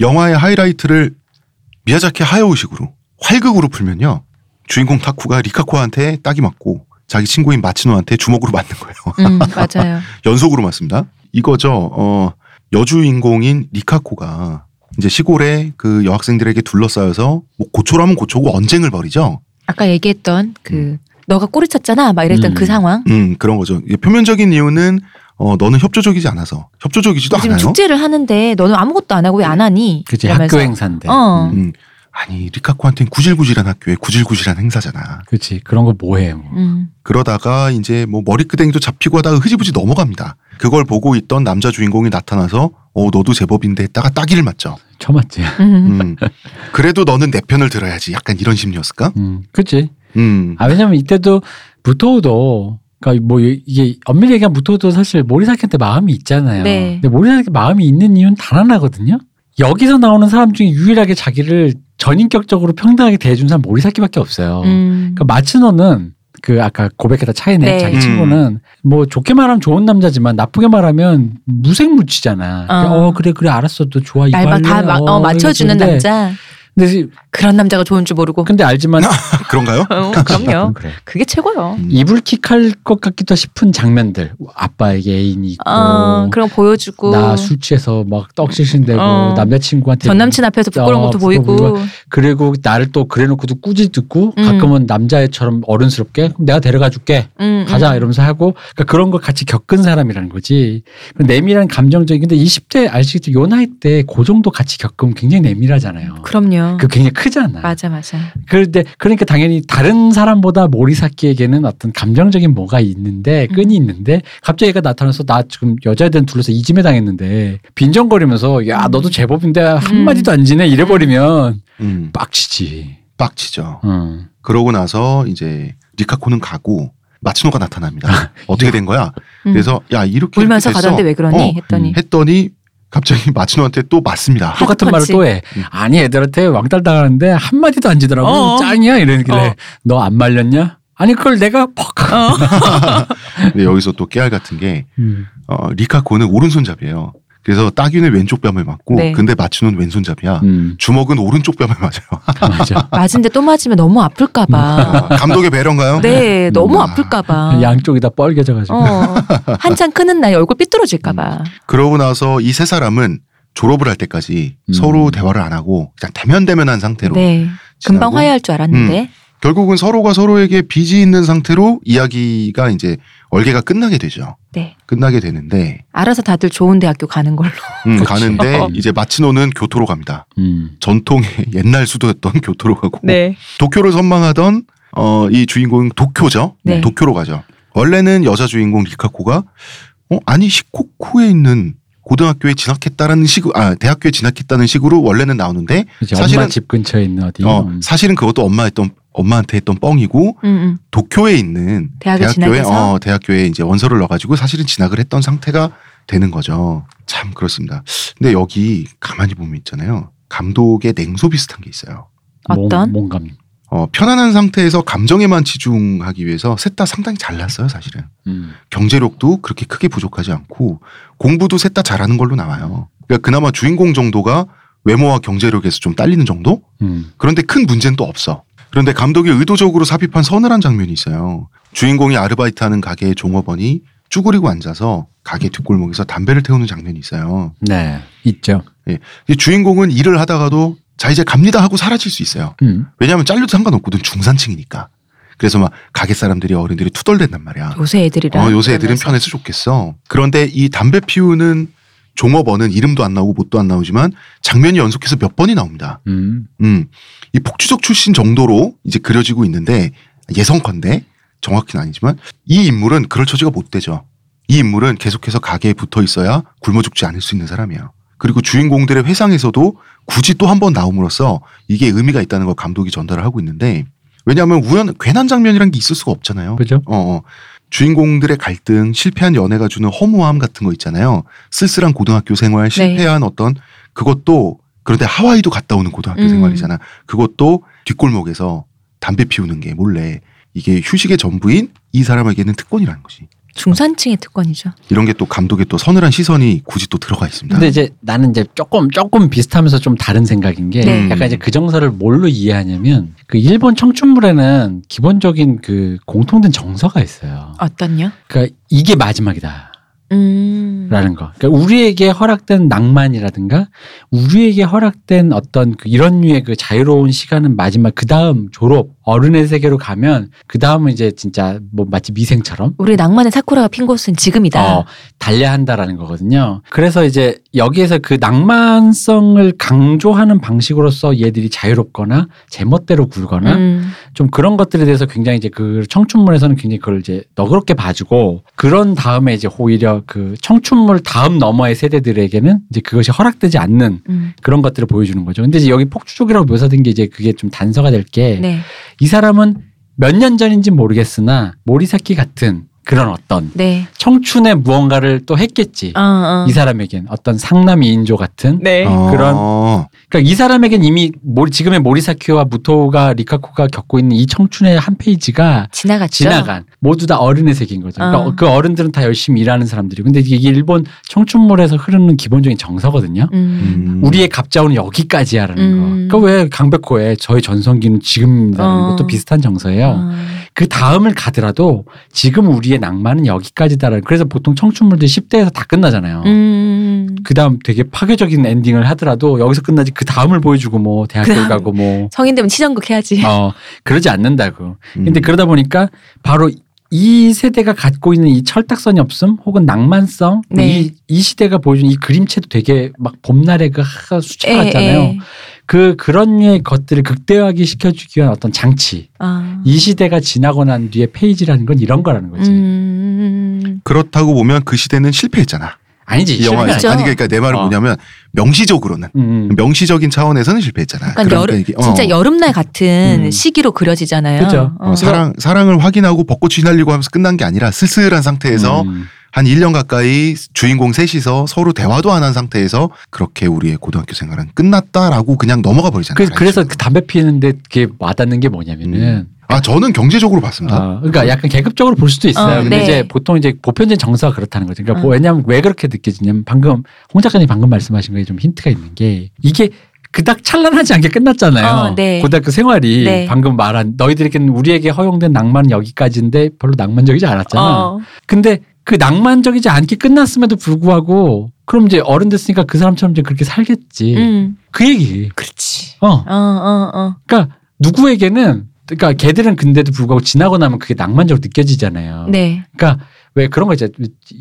영화의 하이라이트를 미야자키 하야오식으로 활극으로 풀면요. 주인공 타쿠가 리카코한테 딱이 맞고 자기 친구인 마치노한테 주먹으로 맞는 거예요. [laughs] 음, 맞아요. 연속으로 맞습니다. 이거죠. 어, 여주인공인 리카코가 이제 시골에 그 여학생들에게 둘러싸여서 뭐 고초라면 고초고 언쟁을 벌이죠. 아까 얘기했던 그, 너가 꼬리 쳤잖아. 막 이랬던 음. 그 상황. 음, 그런 거죠. 이게 표면적인 이유는 어, 너는 협조적이지 않아서 협조적이지도 지금 않아요. 축제를 하는데 너는 아무것도 안 하고 왜 안 하니? 그지 이러면서. 학교 행사인데. 어. 음, 음, 아니 리카코한테는 구질구질한 학교에 구질구질한 행사잖아. 그렇지 그런 거 뭐해? 뭐. 음. 그러다가 이제 뭐 머리끄댕이도 잡히고 하다가 흐지부지 넘어갑니다. 그걸 보고 있던 남자 주인공이 나타나서 어 너도 제법인데 했다가 따기를 맞죠. 처맞지. 음. 음. 그래도 너는 내 편을 들어야지. 약간 이런 심리였을까? 음, 그렇지. 음. 아 왜냐면 이때도 무토우도 그러니까 뭐 이- 이게 엄밀히 얘기하면 무토우도 사실 모리사키한테 마음이 있잖아요. 네. 근데 모리사키 마음이 있는 이유는 단 하나거든요. 여기서 나오는 사람 중에 유일하게 자기를 전인격적으로 평등하게 대해준 사람 모리사키밖에 없어요. 음. 그러니까 마츠노는 그 아까 고백했다 차이네 네. 자기 음. 친구는 뭐 좋게 말하면 좋은 남자지만 나쁘게 말하면 무색무취잖아. 어. 어, 그래 그래 알았어 너 좋아 이거 알바 할래. 다 마- 어, 이거 맞춰주는 좋은데. 남자. 근데 그런 남자가 좋은 줄 모르고. 근데 알지만 [laughs] 그런가요? [laughs] 어, 그건 그럼요. 그래. 그게 최고요. 음. 이불킥할 것 같기도 싶은 장면들 아빠에게 애인이 있고 어, 그런 거 보여주고. 나 술 취해서 막 떡실신대고 어. 남자친구한테 전 남친 앞에서 부끄러운 어, 것도 보이고. 부끄러운 그리고 나를 또 그래놓고도 꾸짖 듣고 음. 가끔은 남자애처럼 어른스럽게 그럼 내가 데려가 줄게 음, 음. 가자 이러면서 하고 그러니까 그런 걸 같이 겪은 사람이라는 거지 그 내밀한 감정적인 근데 20대 아시겠지 요 나이 때 그 정도 같이 겪으면 굉장히 내밀하잖아요 그럼요. 그 굉장히 크잖아 맞아, 맞아. 그런데 그러니까 당연히 다른 사람보다 모리사키에게는 어떤 감정적인 뭐가 있는데 끈이 음. 있는데 갑자기 얘가 나타나서 나 지금 여자애들한테 둘러서 이지매 당했는데 빈정거리면서 음. 야 너도 제법인데 한마디도 안 지내 이래버리면 음. 빡치지. 어. 빡치죠. 응. 그러고 나서 이제 리카코는 가고 마츠노가 [laughs] 나타납니다. 어떻게 된 거야? 음. 그래서 야 이렇게 울면서 이렇게 됐어. 가던데 왜 그러니? 어, 했더니. 했더니 갑자기 마츠노한테 또 맞습니다. 똑같은 말을 펀치. 또 해. 음. 아니 애들한테 왕따 당하는데 한마디도 안 지더라고. 어어. 짱이야 이러길래 어. 너 안 말렸냐? 아니 그걸 내가 퍽. 근데 여기서 또 깨알 같은 게 [laughs] 음. 어, 리카코는 오른손잡이에요. 그래서 따귀는 왼쪽 뺨을 맞고 네. 근데 마추는 왼손잡이야. 음, 주먹은 오른쪽 뺨을 [laughs] 맞아요. 맞아. 맞은데 또 맞으면 너무 아플까봐. 아, 감독의 배려인가요? 네, 너무 아. 아플까봐. 음. [laughs] 양쪽이 다 뻘개져가지고. 어, 한창 크는 나이 얼굴 음, 삐뚤어질까봐. 그러고 나서 이 세 사람은 졸업을 할 때까지 음. 서로 대화를 안 하고 그냥 대면대면한 상태로 네, 금방 지나고 음. 화해할 줄 알았는데. 결국은 서로가 서로에게 빚이 있는 상태로 이야기가 이제 얼개가 끝나게 되죠. 네. 끝나게 되는데 알아서 다들 좋은 대학교 가는 걸로. 음, 그치. [laughs] 가는데 이제 마치노는 교토로 갑니다. 음. 전통의 [laughs] 옛날 수도였던 교토로 가고 네. 도쿄를 선망하던 어, 이 주인공 도쿄죠. 네. 도쿄로 가죠. 원래는 여자 주인공 리카코가 어, 아니 시코쿠에 있는 고등학교에 진학했다라는 식, 아 대학교에 진학했다는 식으로 원래는 나오는데 그치, 사실은- 엄마 집 근처에 있는 어디. 어, 음. 사실은 그것도 엄마 했던 엄마한테 했던 뻥이고 음, 음. 도쿄에 있는 대학에 대학교에 진학해서? 어, 대학교에 이제 원서를 넣어가지고 사실은 진학을 했던 상태가 되는 거죠. 참 그렇습니다. 근데 여기 가만히 보면 있잖아요. 감독의 냉소 비슷한 게 있어요. 어떤? 뭔, 뭔감. 어, 편안한 상태에서 감정에만 치중하기 위해서 셋 다 상당히 잘났어요, 사실은. 음. 경제력도 그렇게 크게 부족하지 않고 공부도 셋 다 잘하는 걸로 나와요. 그러니까 그나마 주인공 정도가 외모와 경제력에서 좀 딸리는 정도? 음. 그런데 큰 문제는 또 없어. 그런데 감독이 의도적으로 삽입한 서늘한 장면이 있어요. 주인공이 아르바이트하는 가게의 종업원이 쭈그리고 앉아서 가게 뒷골목에서 담배를 태우는 장면이 있어요. 네. 있죠. 이 주인공은 일을 하다가도 자 이제 갑니다 하고 사라질 수 있어요. 음. 왜냐하면 잘려도 상관없거든 중산층이니까. 그래서 막 가게 사람들이 어른들이 투덜댄단 말이야. 음. 요새 애들이랑. 어, 요새 애들은 그러면서. 편해서 좋겠어. 그런데 이 담배 피우는 종업원은 이름도 안 나오고 못도 안 나오지만 장면이 연속해서 몇 번이 나옵니다. 음. 음. 이 폭주적 출신 정도로 이제 그려지고 있는데 예성컨대 정확히는 아니지만 이 인물은 그럴 처지가 못 되죠. 이 인물은 계속해서 가게에 붙어 있어야 굶어 죽지 않을 수 있는 사람이에요. 그리고 주인공들의 회상에서도 굳이 또 한 번 나옴으로써 이게 의미가 있다는 걸 감독이 전달을 하고 있는데 왜냐하면 우연 괜한 장면이란 게 있을 수가 없잖아요. 그죠? 어, 어. 주인공들의 갈등, 실패한 연애가 주는 허무함 같은 거 있잖아요. 쓸쓸한 고등학교 네. 생활, 실패한 어떤 그것도 그런데 하와이도 갔다 오는 고등학교 음. 생활이잖아. 그것도 뒷골목에서 담배 피우는 게 몰래 이게 휴식의 전부인 이 사람에게는 특권이라는 거지. 중산층의 특권이죠. 이런 게 또 감독의 또 서늘한 시선이 굳이 또 들어가 있습니다. 근데 이제 나는 이제 조금 조금 비슷하면서 좀 다른 생각인 게 네. 약간 이제 그 정서를 뭘로 이해하냐면 그 일본 청춘물에는 기본적인 그 공통된 정서가 있어요. 어떤요? 그러니까 이게 마지막이다. 음. 라는 거. 그러니까 우리에게 허락된 낭만이라든가 우리에게 허락된 어떤 그 이런 류의 그 자유로운 시간은 마지막 그 다음 졸업 어른의 세계로 가면 그 다음은 이제 진짜 뭐 마치 미생처럼 우리 낭만의 사쿠라가 핀 곳은 지금이다. 어, 달려야 한다라는 거거든요. 그래서 이제 여기에서 그 낭만성을 강조하는 방식으로서 얘들이 자유롭거나 제멋대로 굴거나 음. 좀 그런 것들에 대해서 굉장히 이제 그 청춘물에서는 굉장히 그걸 이제 너그럽게 봐주고 그런 다음에 이제 오히려 그 청춘물 다음 너머의 세대들에게는 이제 그것이 허락되지 않는 음. 그런 것들을 보여주는 거죠. 근데 이제 여기 폭주족이라고 묘사된 게 이제 그게 좀 단서가 될 게 이 네. 사람은 몇 년 전인지 모르겠으나 모리사키 같은 그런 어떤 네. 청춘의 무언가를 또 했겠지. 어, 어. 이 사람에겐 어떤 상남이인조 같은. 네. 어, 그러니까 이 사람에겐 이미 모- 지금의 모리사키와 무토가 리카코가 겪고 있는 이 청춘의 한 페이지가 지나갔죠. 지나간 모두 다 어른의 세계인 거죠. 그러니까 어. 그 어른들은 다 열심히 일하는 사람들이. 근데 이게 일본 청춘물에서 흐르는 기본적인 정서거든요. 음. 음. 우리의 갑자오는 여기까지야라는 음. 거. 그러니까 왜 강백호의 저의 전성기는 지금이라는 어. 것도 비슷한 정서예요. 어. 그 다음을 가더라도 지금 우리의 낭만은 여기까지다라는 그래서 보통 청춘물들이 10대에서 다 끝나잖아요. 음. 그 다음 되게 파괴적인 엔딩을 하더라도 여기서 끝나지 그 다음을 보여주고 뭐 대학교 그다음. 네. 가고 [laughs] 뭐 성인 되면 치정극 해야지. 어, 그러지 않는다고. 음. 근데 그러다 보니까 바로 이 세대가 갖고 있는 이 철딱선이 없음 혹은 낭만성 뭐 네. 이, 이 시대가 보여준 이 그림체도 되게 막 봄날의 그 하하 수채 예, 같잖아요. 그 그런 류의 것들을 극대화하기 시켜주기 위한 어떤 장치. 아. 이 시대가 지나고 난 뒤에 페이지라는 건 이런 거라는 거지. 음. 그렇다고 보면 그 시대는 실패했잖아. 아니지. 이 영화에서. 실패했죠. 아니 그러니까 내 말은 어. 뭐냐면 명시적으로는 음, 명시적인 차원에서는 실패했잖아. 약간 그러니까 여름- 이게, 어. 진짜 여름날 같은 음. 시기로 그려지잖아요. 그죠. 어, 사랑 사랑을 확인하고 벚꽃이 휘날리고 하면서 끝난 게 아니라 쓸쓸한 상태에서 음. 한 1년 가까이 주인공 셋이서 서로 대화도 안 한 상태에서 그렇게 우리의 고등학교 생활은 끝났다라고 그냥 넘어가 버리잖아요. 그, 래서그 담배 피는데 그게 와닿는 게 뭐냐면은 아 저는 경제적으로 봤습니다. 아, 그러니까 약간 계급적으로 볼 수도 있어요. 어, 근데 네. 이제 보통 이제 보편적인 정서가 그렇다는 거죠. 그러니까 뭐 어. 왜냐하면 왜 그렇게 느껴지냐면 방금 홍 작가님 방금 말씀하신 거에 좀 힌트가 있는 게 이게 그닥 찬란하지 않게 끝났잖아요. 어, 네. 고등학교 생활이 네. 방금 말한 너희들에게는 우리에게 허용된 낭만은 여기까지인데 별로 낭만적이지 않았잖아. 어. 근데 그 낭만적이지 않게 끝났음에도 불구하고 그럼 이제 어른 됐으니까 그 사람처럼 이제 그렇게 살겠지. 음. 그 얘기. 그렇지. 어. 어, 어, 어. 그러니까 누구에게는 그러니까 걔들은 근데도 불구하고 지나고 나면 그게 낭만적으로 느껴지잖아요. 네. 그러니까 왜 그런 거 이제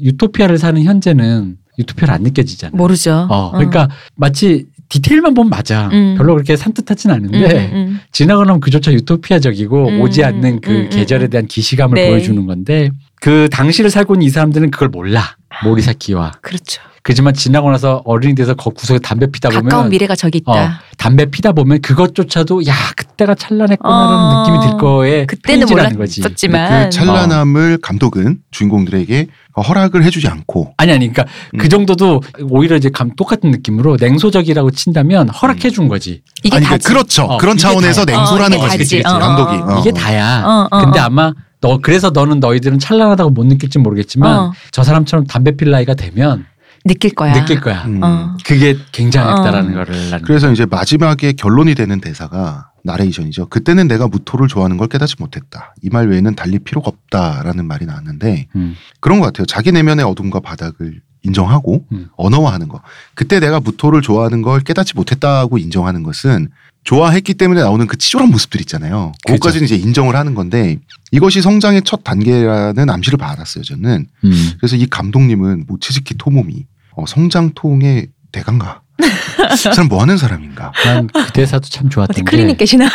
유토피아를 사는 현재는 유토피아를 안 느껴지잖아요. 모르죠. 어, 그러니까 마치 디테일만 보면 맞아. 네. 음. 별로 그렇게 산뜻하진 않은데 음, 음, 지나고 나면 그조차 유토피아적이고 음, 오지 않는 그 음, 음, 계절에 음. 대한 기시감을 네. 보여주는 건데 그 당시를 살고 있는 이 사람들은 그걸 몰라. 모리사키와. 그렇죠. 그지만 지나고 나서 어른이 돼서 거 구석에 담배 피다 가까운 보면 미래가 저기 있다. 어, 담배 피다 보면 그것조차도 야 그때가 찬란했구나라는 어, 느낌이 들 거에 그때는 편이지라는 거지. 그 몰랐었지만 어. 찬란함을 감독은 주인공들에게 허락을 해주지 않고 아니 아니 그러니까 그 음. 정도도 오히려 이제 감 똑같은 느낌으로 냉소적이라고 친다면 허락해 음. 준 거지. 이게 아니, 다 그러니까 그렇죠 어, 그런 이게 차원에서 다지. 냉소라는 어, 이게 거지 다지. 그치, 어, 감독이 어, 어. 이게 다야. 어, 어, 근데 어. 아마 너 그래서 너는 너희들은 찬란하다고 못 느낄지 모르겠지만 어. 저 사람처럼 담배 필 나이가 되면 느낄 거야. 느낄 거야. 음. 어. 그게 굉장했다라는 어. 거를 나는 그래서 이제 마지막에 결론이 되는 대사가 나레이션이죠. 그때는 내가 무토를 좋아하는 걸 깨닫지 못했다. 이 말 외에는 달리 필요가 없다라는 말이 나왔는데 음. 그런 것 같아요. 자기 내면의 어둠과 바닥을 인정하고 음. 언어화하는 거. 그때 내가 무토를 좋아하는 걸 깨닫지 못했다고 인정하는 것은 좋아했기 때문에 나오는 그 치졸한 모습들 있잖아요. 그죠. 그것까지는 이제 인정을 하는 건데 이것이 성장의 첫 단계라는 암시를 받았어요. 저는 음. 그래서 이 감독님은 모치즈키 토모미 어, 성장통의 대강가. 이 사람 뭐 하는 사람인가? 난 그 대사도 참 어디 좋았던 클리닉 계시나? 게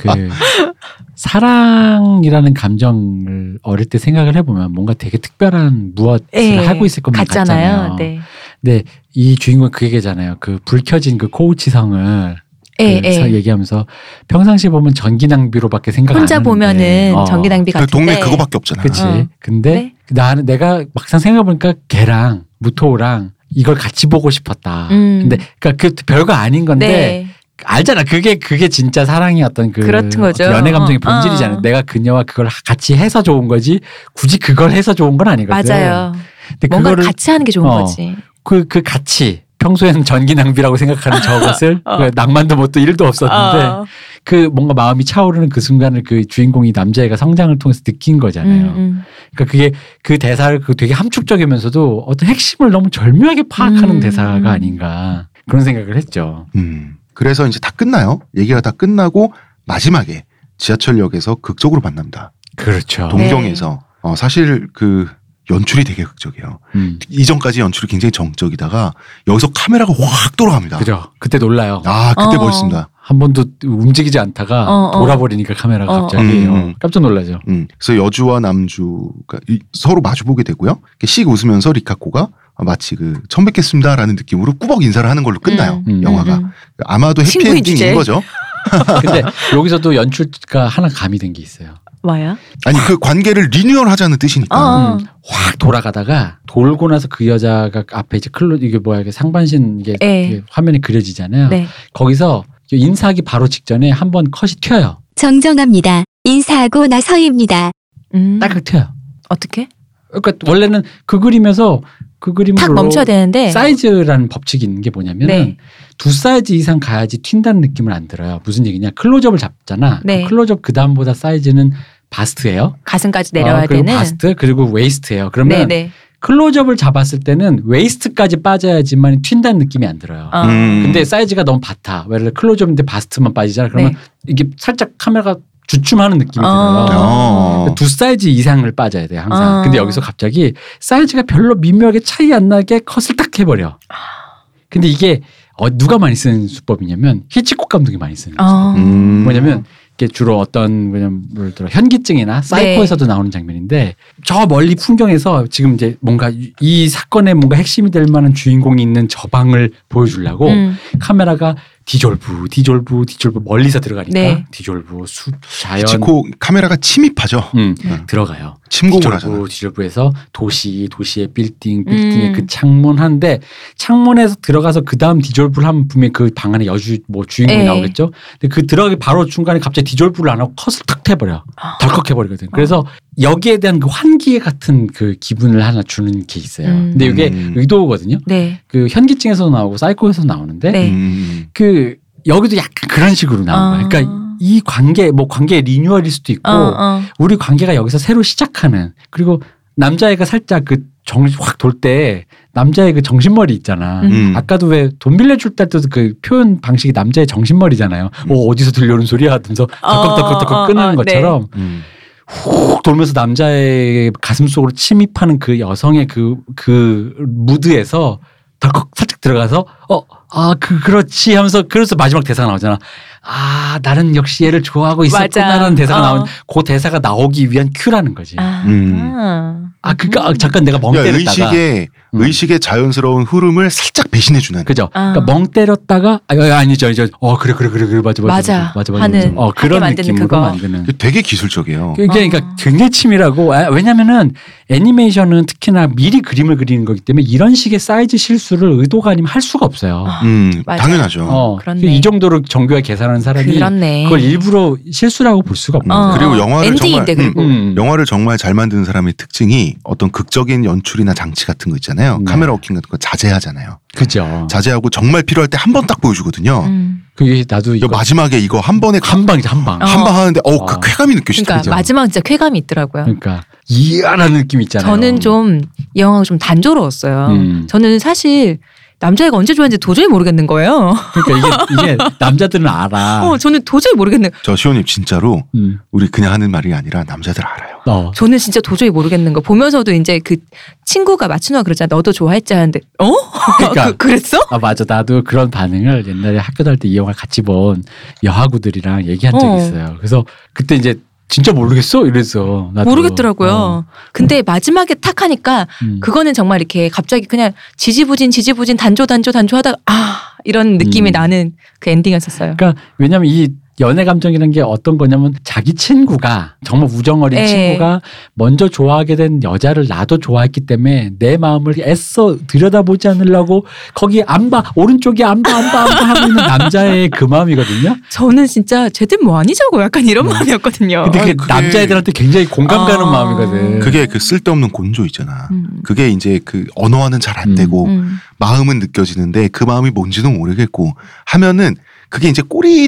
그 사랑이라는 감정을 어릴 때 생각을 해보면 뭔가 되게 특별한 무엇을 하고 있을 [laughs] 것만 같잖아요. 예, 네. 근데 이 주인공 그 얘기잖아요. 그 불 켜진 그 코우치성을 예, 그래서 예. 얘기하면서 평상시 보면 전기 낭비로밖에 생각 안 혼자 하는데. 보면은 어, 전기 낭비 같은데 동네 그거밖에 없잖아. 그치 어. 근데 네. 나는 내가 막상 생각해 보니까 걔랑 무토랑 이걸 같이 보고 싶었다 음. 근데 그러니까 그 별거 아닌 건데 네. 알잖아 그게 그게 진짜 사랑의 어떤 그 그렇던 거죠. 연애 감정의 어, 본질이잖아 어. 내가 그녀와 그걸 같이 해서 좋은 거지 굳이 그걸 해서 좋은 건 아니거든 맞아요. 근데 뭔가 그거를 같이 하는 게 좋은 어. 거지. 그, 그 가치 평소에는 전기 낭비라고 생각하는 저것을 [laughs] 어. 그 낭만도 뭣도 일도 없었는데 어. 그 뭔가 마음이 차오르는 그 순간을 그 주인공이 남자애가 성장을 통해서 느낀 거잖아요. 음, 음. 그러니까 그게 그 대사를 그 되게 함축적이면서도 어떤 핵심을 너무 절묘하게 파악하는 음. 대사가 아닌가 그런 생각을 했죠. 음. 그래서 이제 다 끝나요. 얘기가 다 끝나고 마지막에 지하철역에서 극적으로 만납니다. 그렇죠. 네. 동경에서 어, 사실 그 연출이 되게 극적이에요. 음. 이전까지 연출이 굉장히 정적이다가 여기서 카메라가 확 돌아갑니다. 그죠. 그때 놀라요. 아 그때 어. 멋있습니다. 한 번도 움직이지 않다가 어, 어. 돌아버리니까 카메라가 어, 갑자기 어. 어, 깜짝 놀라죠. 음. 그래서 여주와 남주가 이- 서로 마주보게 되고요. 이렇게 씩 웃으면서 리카코가 아, 마치 그 처음 뵙겠습니다라는 느낌으로 꾸벅 인사를 하는 걸로 끝나요. 음. 영화가 음, 음. 아마도 친구의 주제. 해피엔딩인 거죠. 근데 여기서도 연출가 하나 가미된 게 있어요. 뭐야? 아니 그 관계를 리뉴얼하자는 음. 어. 뜻이니까. 어. 확 돌아가다가 돌고 나서 그 여자가 앞에 이제 클로 이게 뭐야 이게 상반신 이게, 예. 이게 화면에 그려지잖아요. 네. 거기서 인사하기 바로 직전에 한 번 컷이 튀어요. 정정합니다. 인사하고 나서입니다. 음. 딸깍 튀어요. 어떻게? 그러니까 원래는 그 그림에서 그 그림으로 탁 멈춰야 되는데. 사이즈라는 법칙이 있는 게 뭐냐면 네. 은두 사이즈 이상 가야지 튄다는 느낌을 안 들어요. 무슨 얘기냐? 클로즈업을 잡잖아. 네. 그 클로즈업 그 다음보다 사이즈는 바스트예요. 가슴까지 내려야 어, 그리고 되는. 바스트 그리고 웨이스트예요. 그러면 네, 네. 클로즈업을 잡았을 때는 웨이스트까지 빠져야지만 튄다는 느낌이 안 들어요. 어. 음. 근데 사이즈가 너무 바타. 예를 들어 클로즈업인데 바스트만 빠지잖아. 그러면 네. 아. 이게 살짝 카메라가 주춤하는 느낌이 들어요. 어. 두 사이즈 이상을 빠져야 돼요, 항상. 어. 근데 여기서 갑자기 사이즈가 별로 미묘하게 차이 안 나게 컷을 딱 해버려. 근데 이게 어, 누가 많이 쓰는 수법이냐면 히치콕 감독이 많이 쓰는 거예요. 어. 음. 뭐냐면 이게 주로 어떤 뭐냐면 예를 들어 현기증이나 네. 사이코에서도 나오는 장면인데 저 멀리 풍경에서 지금 이제 뭔가 이 사건의 뭔가 핵심이 될 만한 주인공이 있는 저 방을 보여주려고 음. 카메라가 디졸브, 디졸브, 디졸브 멀리서 들어가니까 네. 디졸브 숲 자연 지코 카메라가 침입하죠. 음, 음. 들어가요. 침공을 하잖아. 요 디졸브, 디졸브에서 도시, 도시의 빌딩, 빌딩의 음. 그 창문 한데 창문에서 들어가서 그 다음 디졸브를 하면 분명히 그 방 안에 여주 뭐 주인공이 네. 나오겠죠. 근데 그 들어가기 바로 중간에 갑자기 디졸브를 안 하고 컷을 탁 해버려. 아. 덜컥 해버리거든. 그래서 여기에 대한 그 환기에 같은 그 기분을 하나 주는 게 있어요. 음. 근데 이게 음. 의도거든요. 네. 그 현기증에서 나오고 사이코에서 나오는데 네. 음. 그 여기도 약간 그런 식으로 나온 거야. 그러니까 아. 이 관계 뭐 관계 리뉴얼일 수도 있고 어, 어. 우리 관계가 여기서 새로 시작하는 그리고 남자애가 살짝 그 정신 확 돌 때 남자의 그 정신머리 있잖아. 음. 음. 아까도 왜 돈 빌려줄 때도 그 표현 방식이 남자의 정신머리잖아요. 음. 어, 어디서 들려오는 소리야 하면서 덜컥덜컥덜컥 어, 어, 끊는 어, 네. 것처럼 음. 훅 돌면서 남자의 가슴 속으로 침입하는 그 여성의 그, 그 무드에서 덜컥 살짝 들어가서 어, 아, 그, 그렇지 하면서 그래서 마지막 대사가 나오잖아. 아, 나는 역시 얘를 좋아하고 있었구나라는 맞아. 대사가 어. 나오는 그 대사가 나오기 위한 큐라는 거지. 아, 아. 음. 음. 그니까 아, 잠깐 내가 멍 그러니까 때렸다가. 의식의 음. 의식의 자연스러운 흐름을 살짝 배신해 주는. 그죠. 아. 그러니까 멍 때렸다가 아, 아니죠, 아니죠. 어, 그래, 그래, 그래, 그래, 맞아, 맞아, 맞아. 맞아, 맞아, 하는, 어, 그런 하게 만드는 느낌으로 그거. 만드는. 되게 기술적이에요. 그게 그러니까 어. 굉장히 치밀하고 아, 왜냐면은 애니메이션은 특히나 미리 그림을 그리는 거기 때문에 이런 식의 사이즈 실수를 의도가 아니면 할 수가 없어요. 아, 음, 맞아요. 당연하죠. 어, 그렇네. 이 정도로 정교하게 계산하는 사람이 그렇네. 그걸 일부러 실수라고 볼 수가 음, 없는 어, 거예요. 그리고 어. 영화를 엔딩인데, 정말- 그리고. 음. 영화를 정말 잘 만드는 사람의 특징이 어떤 극적인 연출이나 장치 같은 거 있잖아요. 네. 카메라 워킹 같은 거 자제하잖아요. 그죠. 자제하고 정말 필요할 때 한 번 딱 보여주거든요. 음. 그게 나도 이거 이거 마지막에 이거 한 번에 한 방이죠, 한 방. 어. 한 방 하는데 어 어. 그 쾌감이 느껴지더라고요. 그러니까 마지막 진짜 쾌감이 있더라고요. 그러니까 이야라는 느낌 있잖아요. 저는 좀 이 영화가 좀 단조로웠어요. 음. 저는 사실 남자애가 언제 좋아했는지 도저히 모르겠는 거예요. 그러니까 이게, 이게 남자들은 알아. 어, 저는 도저히 모르겠는. 저 시호님 진짜로 음. 우리 그냥 하는 말이 아니라 남자들 알아요. 어. 저는 진짜 도저히 모르겠는 거 보면서도 이제 그 친구가 마춘호가 그러잖아. 너도 좋아했지 하는데 어? 그러니까. [laughs] 그, 랬어 아 맞아 나도 그런 반응을 옛날에 학교 다닐 때 이 영화 같이 본 여하구들이랑 얘기한 적이 어. 있어요. 그래서 그때 이제 진짜 모르겠어 이랬어. 나도. 모르겠더라고요. 어, 근데 마지막에 탁 하니까 음. 그거는 정말 이렇게 갑자기 그냥 지지부진 지지부진 단조 단조 단조 하다가 아 이런 느낌이 음. 나는 그 엔딩이었었어요. 그러니까 왜냐면 이 연애 감정이라는 게 어떤 거냐면 자기 친구가 정말 우정어린 예. 친구가 먼저 좋아하게 된 여자를 나도 좋아했기 때문에 내 마음을 애써 들여다보지 않으려고 거기 안봐 오른쪽에 안봐 안봐 안봐 하고 있는 남자의 그 마음이거든요. 저는 진짜 쟤들 뭐 아니자고 약간 이런 음. 마음이었거든요. 근데 그게 그게- 남자애들한테 굉장히 공감 가는 아. 마음이거든. 그게 그 쓸데없는 곤조 있잖아. 음. 그게 이제 그 언어와는 잘 안 음, 되고 음. 마음은 느껴지는데 그 마음이 뭔지는 모르겠고 하면은 그게 이제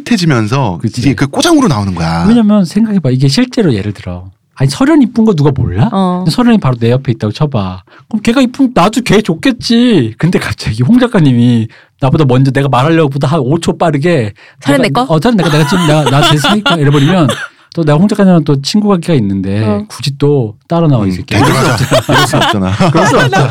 꼬릿해지면서 그치. 이제 그 꼬장으로 나오는 아. 거야. 왜냐면 생각해봐 이게 실제로 예를 들어 아니 설현 이쁜 거 누가 몰라? 어. 근데 설현이 바로 내 옆에 있다고 쳐봐. 그럼 걔가 이쁜 나도 걔 좋겠지. 근데 갑자기 홍 작가님이 나보다 먼저 내가 말하려고보다 한 5초 빠르게 설현 내가- 내 거? 어 설현 내가 내가 지금 내가 나 됐으니까 이래버리면 또 내가 홍 작가님은 또 친구가 걔가 있는데 어. 굳이 또 따로 나와 음, 어, 이 새끼. 대결하자. 이럴 수 없잖아. [laughs] 그럴 수 없잖아.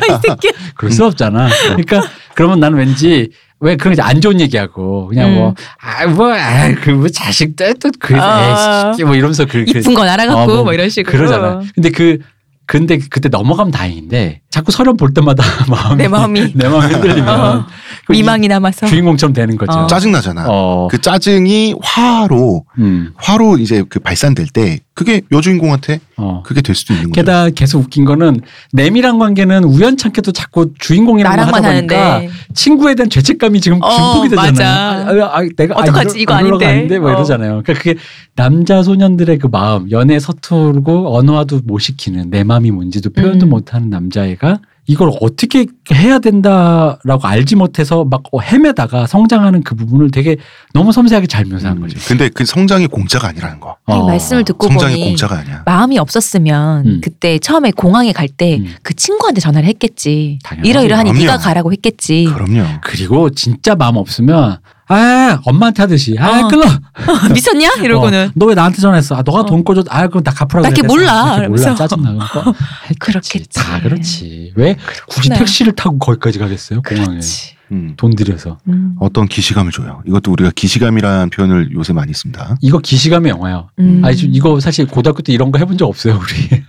그럴 수 없잖아. 그러니까 그러면 나는 왠지 왜 그런 안 좋은 얘기하고 그냥 뭐 아, 음. 뭐아뭐그뭐 자식 또또그 아. 애뭐 이러면서 그, 그 이쁜 건 알아갖고 어, 뭐 뭐 이런 식으로 그러잖아. 근데 그 근데 그때 넘어가면 다행인데 자꾸 서련 볼 때마다 [laughs] 마음이 내 마음이 내 마음이 흔들리면 어. [laughs] 그 미망이 이- 남아서 주인공처럼 되는 거죠. 어. 짜증 나잖아. 어. 그 짜증이 화로 음. 화로 이제 그 발산될 때 그게 여주인공한테 어. 그게 될 수도 있는 거죠. 게다가 계속 웃긴 거는 내밀한 관계는 우연찮게도 자꾸 주인공이랑 하다 나랑만 보니까 하는데 친구에 대한 죄책감이 지금 어, 증폭이 되잖아요. 맞아. 아, 아, 아, 내가 어떡하지? 이거 아닌데. 뭐 어. 이러잖아요. 그러니까 그게 남자 소년들의 그 마음, 연애 서투르고 언어화도 못 시키는 내 마음이 뭔지도 표현도 음. 못하는 남자애가 이걸 어떻게 해야 된다라고 알지 못해서 막 헤매다가 성장하는 그 부분을 되게 너무 섬세하게 잘 묘사한 음. 거죠. 근데 그 성장이 공짜가 아니라는 거. 아니, 어. 말씀을 듣고 성장이 보니 공짜가 아니야. 마음이 없었으면 음. 그때 처음에 공항에 갈 때 그 음. 친구한테 전화를 했겠지. 당연하지. 이러이러하니 그럼요. 네가 가라고 했겠지. 그럼요. 그리고 진짜 마음 없으면 아 엄마한테 하듯이 아 어. 끌러 그렇죠. [laughs] 미쳤냐? 이러고는 너 왜 나한테 전화했어? 아, 너가 어. 돈 꺼줘. 아, 그럼 나 갚으라고. 나 걔 그랬어. 몰라. 나 걔 몰라. 그래서. 짜증나. [laughs] 그러니까 그렇겠지. 다 그렇지. 왜 굳이 그렇구나. 택시를 타고 거기까지 가겠어요? 공항에. 그렇지. 음. 돈 들여서. 음. 어떤 기시감을 줘요. 이것도 우리가 기시감이라는 표현을 요새 많이 씁니다. 이거 기시감의 영화예요. 음. [laughs] 아니, 지금 이거 사실 고등학교 때 이런 거 해본 적 없어요, 우리.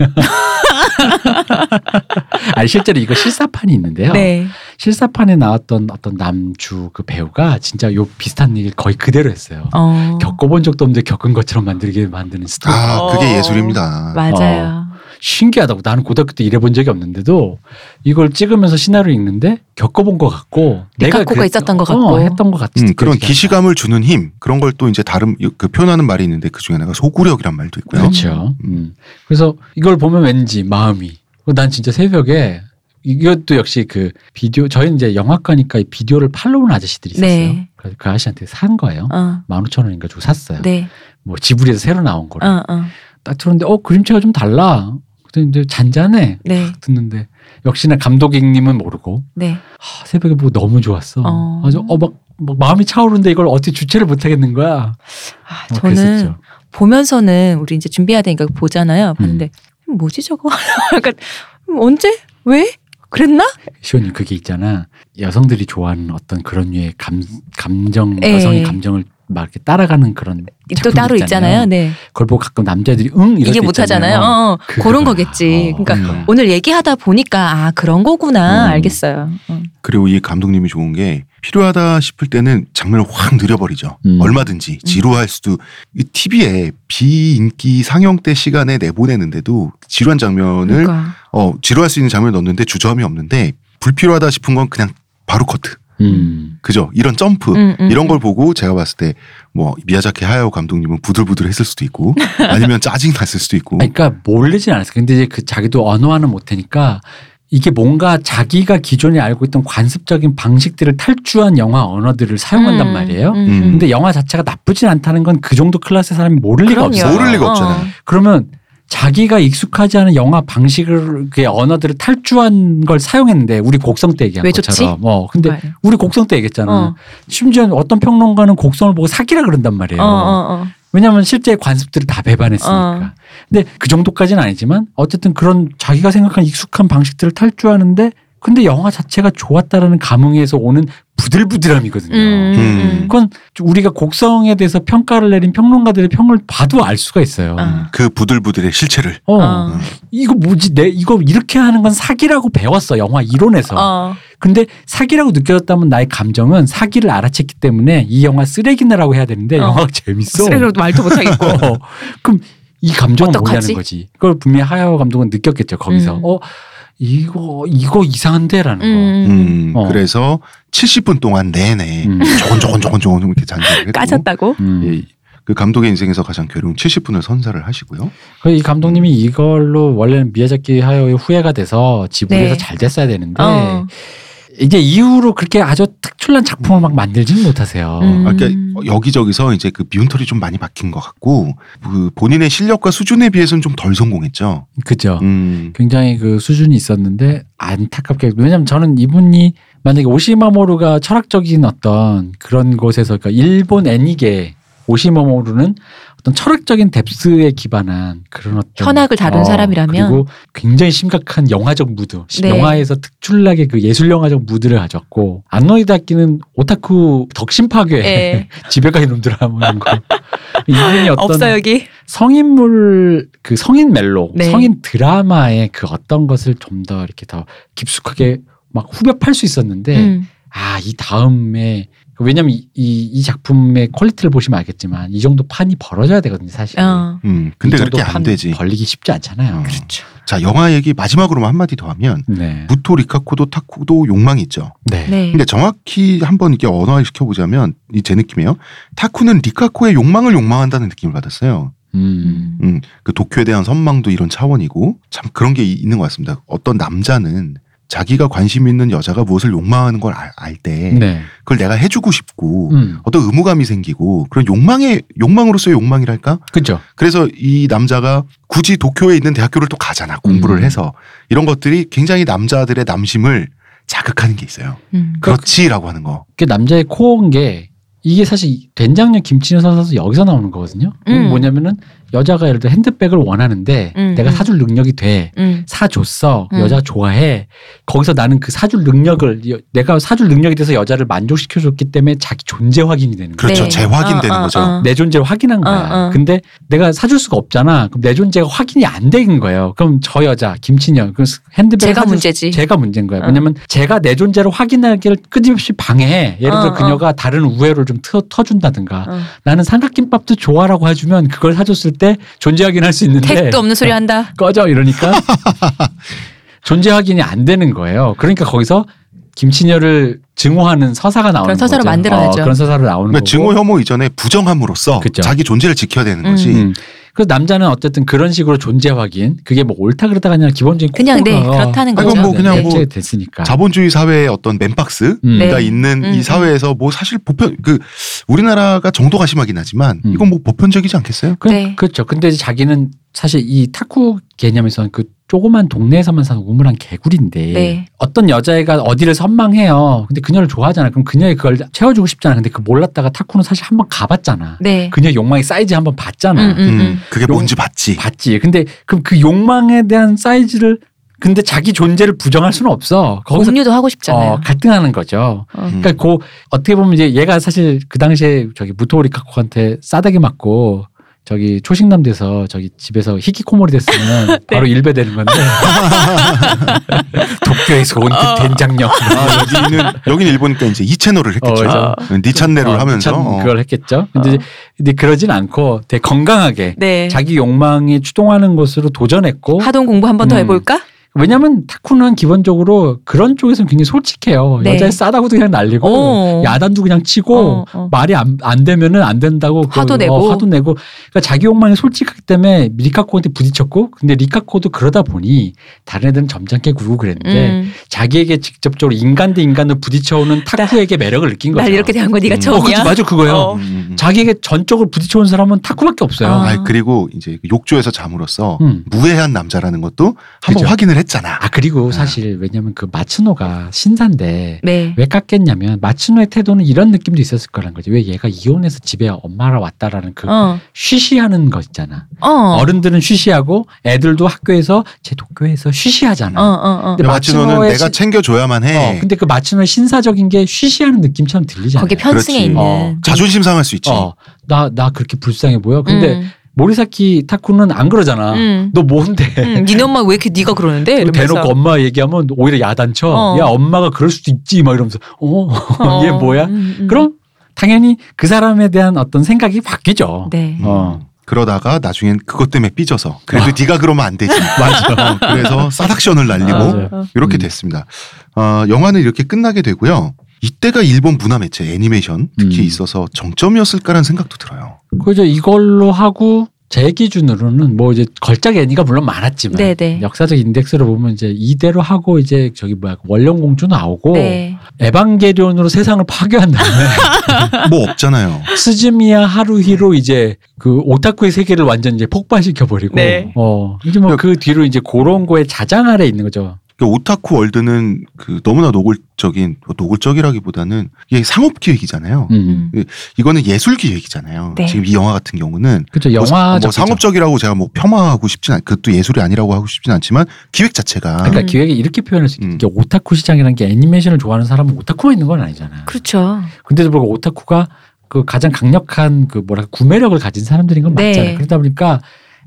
아니 실제로 이거 실사판이 있는데요. 네. 실사판에 나왔던 어떤 남주 그 배우가 진짜 요 비슷한 얘기를 거의 그대로 했어요. 어. 겪어본 적도 없는데 겪은 것처럼 만들게 만드는 스토리. 아, 어. 그게 예술입니다. 음, 맞아요. 신기하다고 나는 고등학교 때 일해본 적이 없는데도 이걸 찍으면서 시나리오 읽는데 겪어본 것 같고 네, 갖고가 그랬- 있었던 것 어, 같고. 했던 것 같은 음, 그런 기시감을 주는 힘 그런 걸 또 이제 다른 그 표현하는 말이 있는데 그 중에 하나가 소구력이란 말도 있고요. 그렇죠. 음. 그래서 이걸 보면 왠지 마음이 어, 난 진짜 새벽에 이것도 역시 그 비디오 저희 이제 영화과니까 이 비디오를 팔러 온 아저씨들이 있었어요. 네. 그래서 그 아저씨한테 산 거예요. 어. 15,000원인가 주고 샀어요. 네. 뭐 지브리에서 새로 나온 어, 거를 어. 딱 들었는데 어 그림체가 좀 달라. 그랬더니 이제 잔잔해. 네. 듣는데 역시나 감독님은 모르고 네. 아, 새벽에 보고 너무 좋았어. 어. 아주 어막 막 마음이 차오르는데 이걸 어떻게 주체를 못 하겠는 거야. 아, 어, 저는 그랬었죠. 음. 보면서는 우리 이제 준비해야 되니까 보잖아요. 봤는데 뭐지 저거? [laughs] 약간 언제? 왜? 그랬나? 시온님 그게 있잖아 여성들이 좋아하는 어떤 그런 류의 감 감정 예. 여성의 감정을 막 이렇게 따라가는 그런 또 작품들 따로 있잖아요. 네. 그걸 보고 가끔 남자들이 응 이럴 이게 때 못 하잖아요. 있잖아요. 어, 어. 그거야. 그런 거겠지. 어, 그러니까 음. 오늘 얘기하다 보니까 아 그런 거구나 음. 알겠어요. 음. 그리고 이 감독님이 좋은 게 필요하다 싶을 때는 장면을 확 느려버리죠. 음. 얼마든지 지루할 수도 이 TV에 비인기 상영 때 시간에 내보내는데도 지루한 장면을 그러니까 어 지루할 수 있는 장면을 넣는데 주저함이 없는데 불필요하다 싶은 건 그냥 바로 커트. 음. 그죠? 이런 점프 음, 음, 이런 걸 보고 제가 봤을 때 뭐 미야자키 하야오 감독님은 부들부들했을 수도 [laughs] 있고 아니면 짜증 났을 수도 있고 아니, 그러니까 모르진 않았어. 근데 이제 그 자기도 언어화는 못하니까 이게 뭔가 자기가 기존에 알고 있던 관습적인 방식들을 탈주한 영화 언어들을 사용한단 음, 말이에요. 음, 음. 근데 영화 자체가 나쁘진 않다는 건 그 정도 클래스의 사람이 모를 리가 그럼요. 없어요. 모를 리가 어. 없잖아요. 그러면 자기가 익숙하지 않은 영화 방식을 그 언어들을 탈주한 걸 사용했는데 우리 곡성 때 얘기한 왜 좋지? 것처럼. 어, 근데 맞아요. 우리 곡성 때 얘기했잖아. 어. 심지어 어떤 평론가는 곡성을 보고 사기라 그런단 말이에요. 어, 어, 어. 왜냐하면 실제 관습들을 다 배반했으니까. 근데 그 정도까지는 아니지만 어쨌든 그런 자기가 생각한 익숙한 방식들을 탈주하는데 근데 영화 자체가 좋았다라는 감흥에서 오는 부들부들함이거든요. 음, 음. 그건 우리가 곡성에 대해서 평가를 내린 평론가들의 평을 봐도 알 수가 있어요. 아. 그 부들부들의 실체를 어. 어. 이거 뭐지? 내 이거 이렇게 하는 건 사기라고 배웠어 영화 이론에서. 어. 근데 사기라고 느껴졌다면 나의 감정은 사기를 알아챘기 때문에 이 영화 쓰레기네라고 해야 되는데 어. 영화가 재밌어. 쓰레기로도 [laughs] 말도 못하겠고. 어. 그럼 이 감정은 어떡하지? 뭐냐는 거지. 그걸 분명히 하야오 감독은 느꼈겠죠 거기서. 음. 어 이거 이거 이상한데라는 음. 음, 어. 그래서 70분 동안 내내 음. 조곤 조곤 조곤 조곤 이렇게 잔잔하게 까졌다고? [laughs] 거. 음. 그 감독의 인생에서 가장 괴로운 70분을 선사를 하시고요. 그이 감독님이 이걸로 원래는 미야자키 하야오의 후회가 돼서 지브리에서 네. 잘 됐어야 되는데 어. 이제 이후로 그렇게 아주 특출난 작품을 막 만들지는 못하세요. 음. 아, 그러니까 여기저기서 이제 그 미운털이 좀 많이 박힌 것 같고 그 본인의 실력과 수준에 비해서는 좀 덜 성공했죠. 그죠. 음. 굉장히 그 수준이 있었는데 안타깝게 왜냐면 저는 이분이 만약에 오시마모루가 철학적인 어떤 그런 곳에서 그러니까 일본 애니계 오시마모루는 어떤 철학적인 뎁스에 기반한 그런 어떤 현악을 다룬 사람이라면. 그리고 굉장히 심각한 영화적 무드 시- 네. 영화에서 특출나게 그 예술 영화적 무드를 가졌고 안노이다키는 오타쿠 덕심 파괴 [laughs] 예. 지배가의 놈들 [laughs] 하는 거 이분이 어떤 없어 여기. 성인물 그 성인 멜로 네. 성인 드라마의 그 어떤 것을 좀 더 이렇게 더 깊숙하게 막 후벼 팔 수 있었는데 음. 아 이 다음에 왜냐면 이, 이, 이 작품의 퀄리티를 보시면 알겠지만 이 정도 판이 벌어져야 되거든요 사실 어. 음. 이 근데 정도 그렇게 판 안 되지. 벌리기 쉽지 않잖아요 어. 자 영화 얘기 마지막으로만 한마디 더 하면 네. 부토 리카코도 타쿠도 욕망이 있죠. 네. 네. 근데 정확히 한번 이렇게 언어화 시켜보자면 이 제 느낌이에요. 타쿠는 리카코의 욕망을 욕망한다는 느낌을 받았어요. 음. 음. 음, 그 도쿄에 대한 선망도 이런 차원이고 참 그런 게 이- 있는 것 같습니다. 어떤 남자는 자기가 관심 있는 여자가 무엇을 욕망하는 걸 알 때 네. 그걸 내가 해주고 싶고 음. 어떤 의무감이 생기고 그런 욕망의 욕망으로서의 욕망이랄까? 그죠. 그래서 이 남자가 굳이 도쿄에 있는 대학교를 또 가잖아 공부를 음. 해서 이런 것들이 굉장히 남자들의 남심을 자극하는 게 있어요. 음. 그렇지라고 하는 거. 그 남자의 코어인 게 이게 사실 된장녀 김치녀 사서 여기서 나오는 거거든요. 음. 뭐냐면은 여자가 예를 들어 핸드백을 원하는데 음, 내가 음. 사줄 능력이 돼. 음. 사줬어. 음. 여자 좋아해. 거기서 나는 그 사줄 능력을 여- 내가 사줄 능력이 돼서 여자를 만족시켜 줬기 때문에 자기 존재 확인이 되는 네. 거야. 그렇죠. 네. 재확인되는 어, 어, 거죠. 어. 내 존재를 확인한 거야. 어, 어. 근데 내가 사줄 수가 없잖아. 그럼 내 존재가 확인이 안 된 거예요. 그럼 저 여자 김친영 그 핸드백 제가 사줄 문제지. 제가 문제인 거예요. 어. 왜냐면 제가 내 존재를 확인하기를 끊임없이 방해해. 예를 들어 어, 그녀가 다른 우애를 좀 트, 터준다든가 어. 나는 삼각김밥도 좋아라고 해주면 그걸 사줬을 때 존재 확인할 수 있는데 택도 없는 소리 한다. 꺼져 [laughs] 이러니까 존재 확인이 안 되는 거예요. 그러니까 거기서 김친여를 증오하는 서사가 나오는 그런 서사로 거죠. 만들어야죠. 어, 그런 서사로 나오는 그러니까 거고. 증오 혐오 이전에 부정함으로써 그쵸. 자기 존재를 지켜야 되는 거지. 음. 음. 그래서 남자는 어쨌든 그런 식으로 존재 확인 그게 뭐 옳다 그르다가 아니라 기본적인 그냥, 네, 코드가 그렇다는 아니, 그건 거죠. 뭐 그냥 네, 뭐 네, 됐으니까. 자본주의 사회의 어떤 맨박스가 음. 네. 있는 음, 이 사회에서 뭐 사실 보편 그 우리나라가 정도가 심하긴 하지만 음. 이건 뭐 보편적이지 않겠어요? 그, 네. 그렇죠. 근데 이제 자기는 사실 이 탁구 개념에서는 그 조그만 동네에서만 사는 우물한 개구리인데 네. 어떤 여자애가 어디를 선망해요. 근데 그녀를 좋아하잖아. 그럼 그녀의 그걸 채워주고 싶잖아. 근데 그 몰랐다가 탁구는 사실 한번 가봤잖아. 네. 그녀 욕망의 사이즈 한번 음, 봤잖아. 음, 음, 음. 그게 뭔지 봤지. 봤지. 근데 그럼 그 욕망에 대한 사이즈를 근데 자기 존재를 부정할 수는 없어. 거기서 공유도 하고 싶잖아요. 어. 어, 갈등하는 거죠. 음. 그러니까 그 어떻게 보면 이제 얘가 사실 그 당시에 저기 무토오리 카코한테 싸대기 맞고 저기 초식남 돼서 저기 집에서 히키코모리 [laughs] 됐으면 네. 바로 일배되는 건데 [laughs] 도쿄에서 온 어. 그 된장녀 아, 여기는 여기는 일본이니까 이제 이 채널을 했겠죠. 어, 네 찬네를 어, 하면서 참 어. 그걸 했겠죠. 근데, 어. 이제- 근데 그러진 않고 되게 건강하게 네. 자기 욕망이 추동하는 것으로 도전했고 하동 공부 한 번 더 음. 해볼까? 왜냐면 타쿠는 기본적으로 그런 쪽에서는 굉장히 솔직해요. 네. 여자애 싸다고도 그냥 날리고 오. 야단도 그냥 치고 어, 어. 말이 안, 안 되면은 안 된다고 그, 화도 내고. 어, 화도 내고 그러니까 자기 욕망이 솔직하기 때문에 리카코한테 부딪혔고 근데 리카코도 그러다 보니 다른 애들은 점잖게 굴고 그랬는데 음. 자기에게 직접적으로 인간 대 인간을 부딪혀오는 타쿠에게 매력을 느낀 거죠. 날 이렇게 대한 거 음. 네가 어, 처음이야. 그치, 맞아 그거예요. 어. 음, 음, 음. 자기에게 전적으로 부딪혀온 사람은 타쿠밖에 없어요. 아. 아니, 그리고 이제 욕조에서 잠으로써 음. 무해한 남자라는 것도 한번 그죠. 확인을 했잖아. 아 그리고 사실 왜냐면 그 마츠노가 신사인데 네. 왜 깎겠냐면 마츠노의 태도는 이런 느낌도 있었을 거란 거지. 왜 얘가 이혼해서 집에 엄마랑 왔다라는 그 어. 쉬쉬하는 거 있잖아. 어. 어. 어. 른들은 쉬쉬하고 애들도 학교에서 제 도쿄에서 어. 쉬쉬하잖아. 어. 어. 근데 마치노는 마츠노의 내가 시- 챙겨줘야만 해. 어, 근데 그 마츠노의 신사적인 게 쉬쉬하는 느낌처럼 들리잖아. 거기 편승에 그렇지. 있는. 어. 자존심 상할 수 있지. 어, 나, 나 그렇게 불쌍해 보여? 근데 음. 모리사키 타쿠는 안 그러잖아. 음. 너 뭔데? [laughs] 음, 니네 엄마 왜 이렇게 네가 그러는데? 이러면서. 대놓고 엄마 얘기하면 오히려 야단쳐. 어. 야, 엄마가 그럴 수도 있지. 막 이러면서, 어, [laughs] 얘 뭐야? 음, 음. 그럼 당연히 그 사람에 대한 어떤 생각이 바뀌죠. 네. 음. 어. 아. 그러다가 나중엔 그것 때문에 삐져서 그래도 네가 그러면 안 되지. [laughs] 어, 맞아. 그래서 싸닥션을 날리고 맞아요. 어, 어. 이렇게 음. 됐습니다. 어, 영화는 이렇게 끝나게 되고요. 이때가 일본 문화 매체 애니메이션 특히 음. 있어서 정점이었을까라는 생각도 [laughs] 들어요. 그죠 이걸로 하고 제 기준으로는 뭐 이제 걸작 애니가 물론 많았지만 네네. 역사적 인덱스를 보면 이제 이대로 하고 이제 저기 뭐야 원령공주 나오고 네. 에반게리온으로 세상을 파괴한 [laughs] 다음에 뭐 없잖아요. 스즈미야 하루히로 이제 그 오타쿠의 세계를 완전 이제 폭발시켜 버리고 네. 어 이제 뭐 그 뒤로 이제 그런 거에 자장 아래 있는 거죠. 그 오타쿠 월드는 그 너무나 노골적인 노골적이라기보다는 이게 상업 기획이잖아요. 음. 이거는 예술 기획이잖아요. 네. 지금 이 영화 같은 경우는 그죠 영화 뭐, 뭐 상업적이라고 제가 뭐 폄하하고 싶진 않, 그것도 예술이 아니라고 하고 싶진 않지만 기획 자체가 그러니까 음. 기획이 이렇게 표현할 수 음. 있는 게 오타쿠 시장이라는 게 애니메이션을 좋아하는 사람은 오타쿠만 있는 건 아니잖아. 그렇죠. 근데도 불구하고 오타쿠가 그 가장 강력한 그 뭐랄까 구매력을 가진 사람들인 건 네. 맞잖아요. 그러다 보니까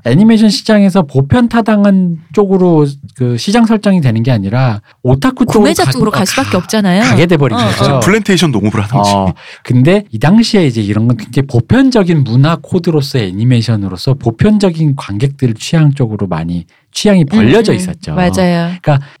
애니메이션 시장에서 보편 타당한 쪽으로 그 시장 설정이 되는 게 아니라 오타쿠 구매자 가- 쪽으로 갈 수밖에 없잖아요. 가게 돼 버린 어, 거죠. 어. 그 플랜테이션 농업을 하는 거지. 어, 근데 이 당시에 이제 이런 건 굉장히 보편적인 문화 코드로서의 애니메이션으로서 보편적인 관객들 취향 쪽으로 많이 취향이 벌려져 음, 음. 있었죠. 맞아요.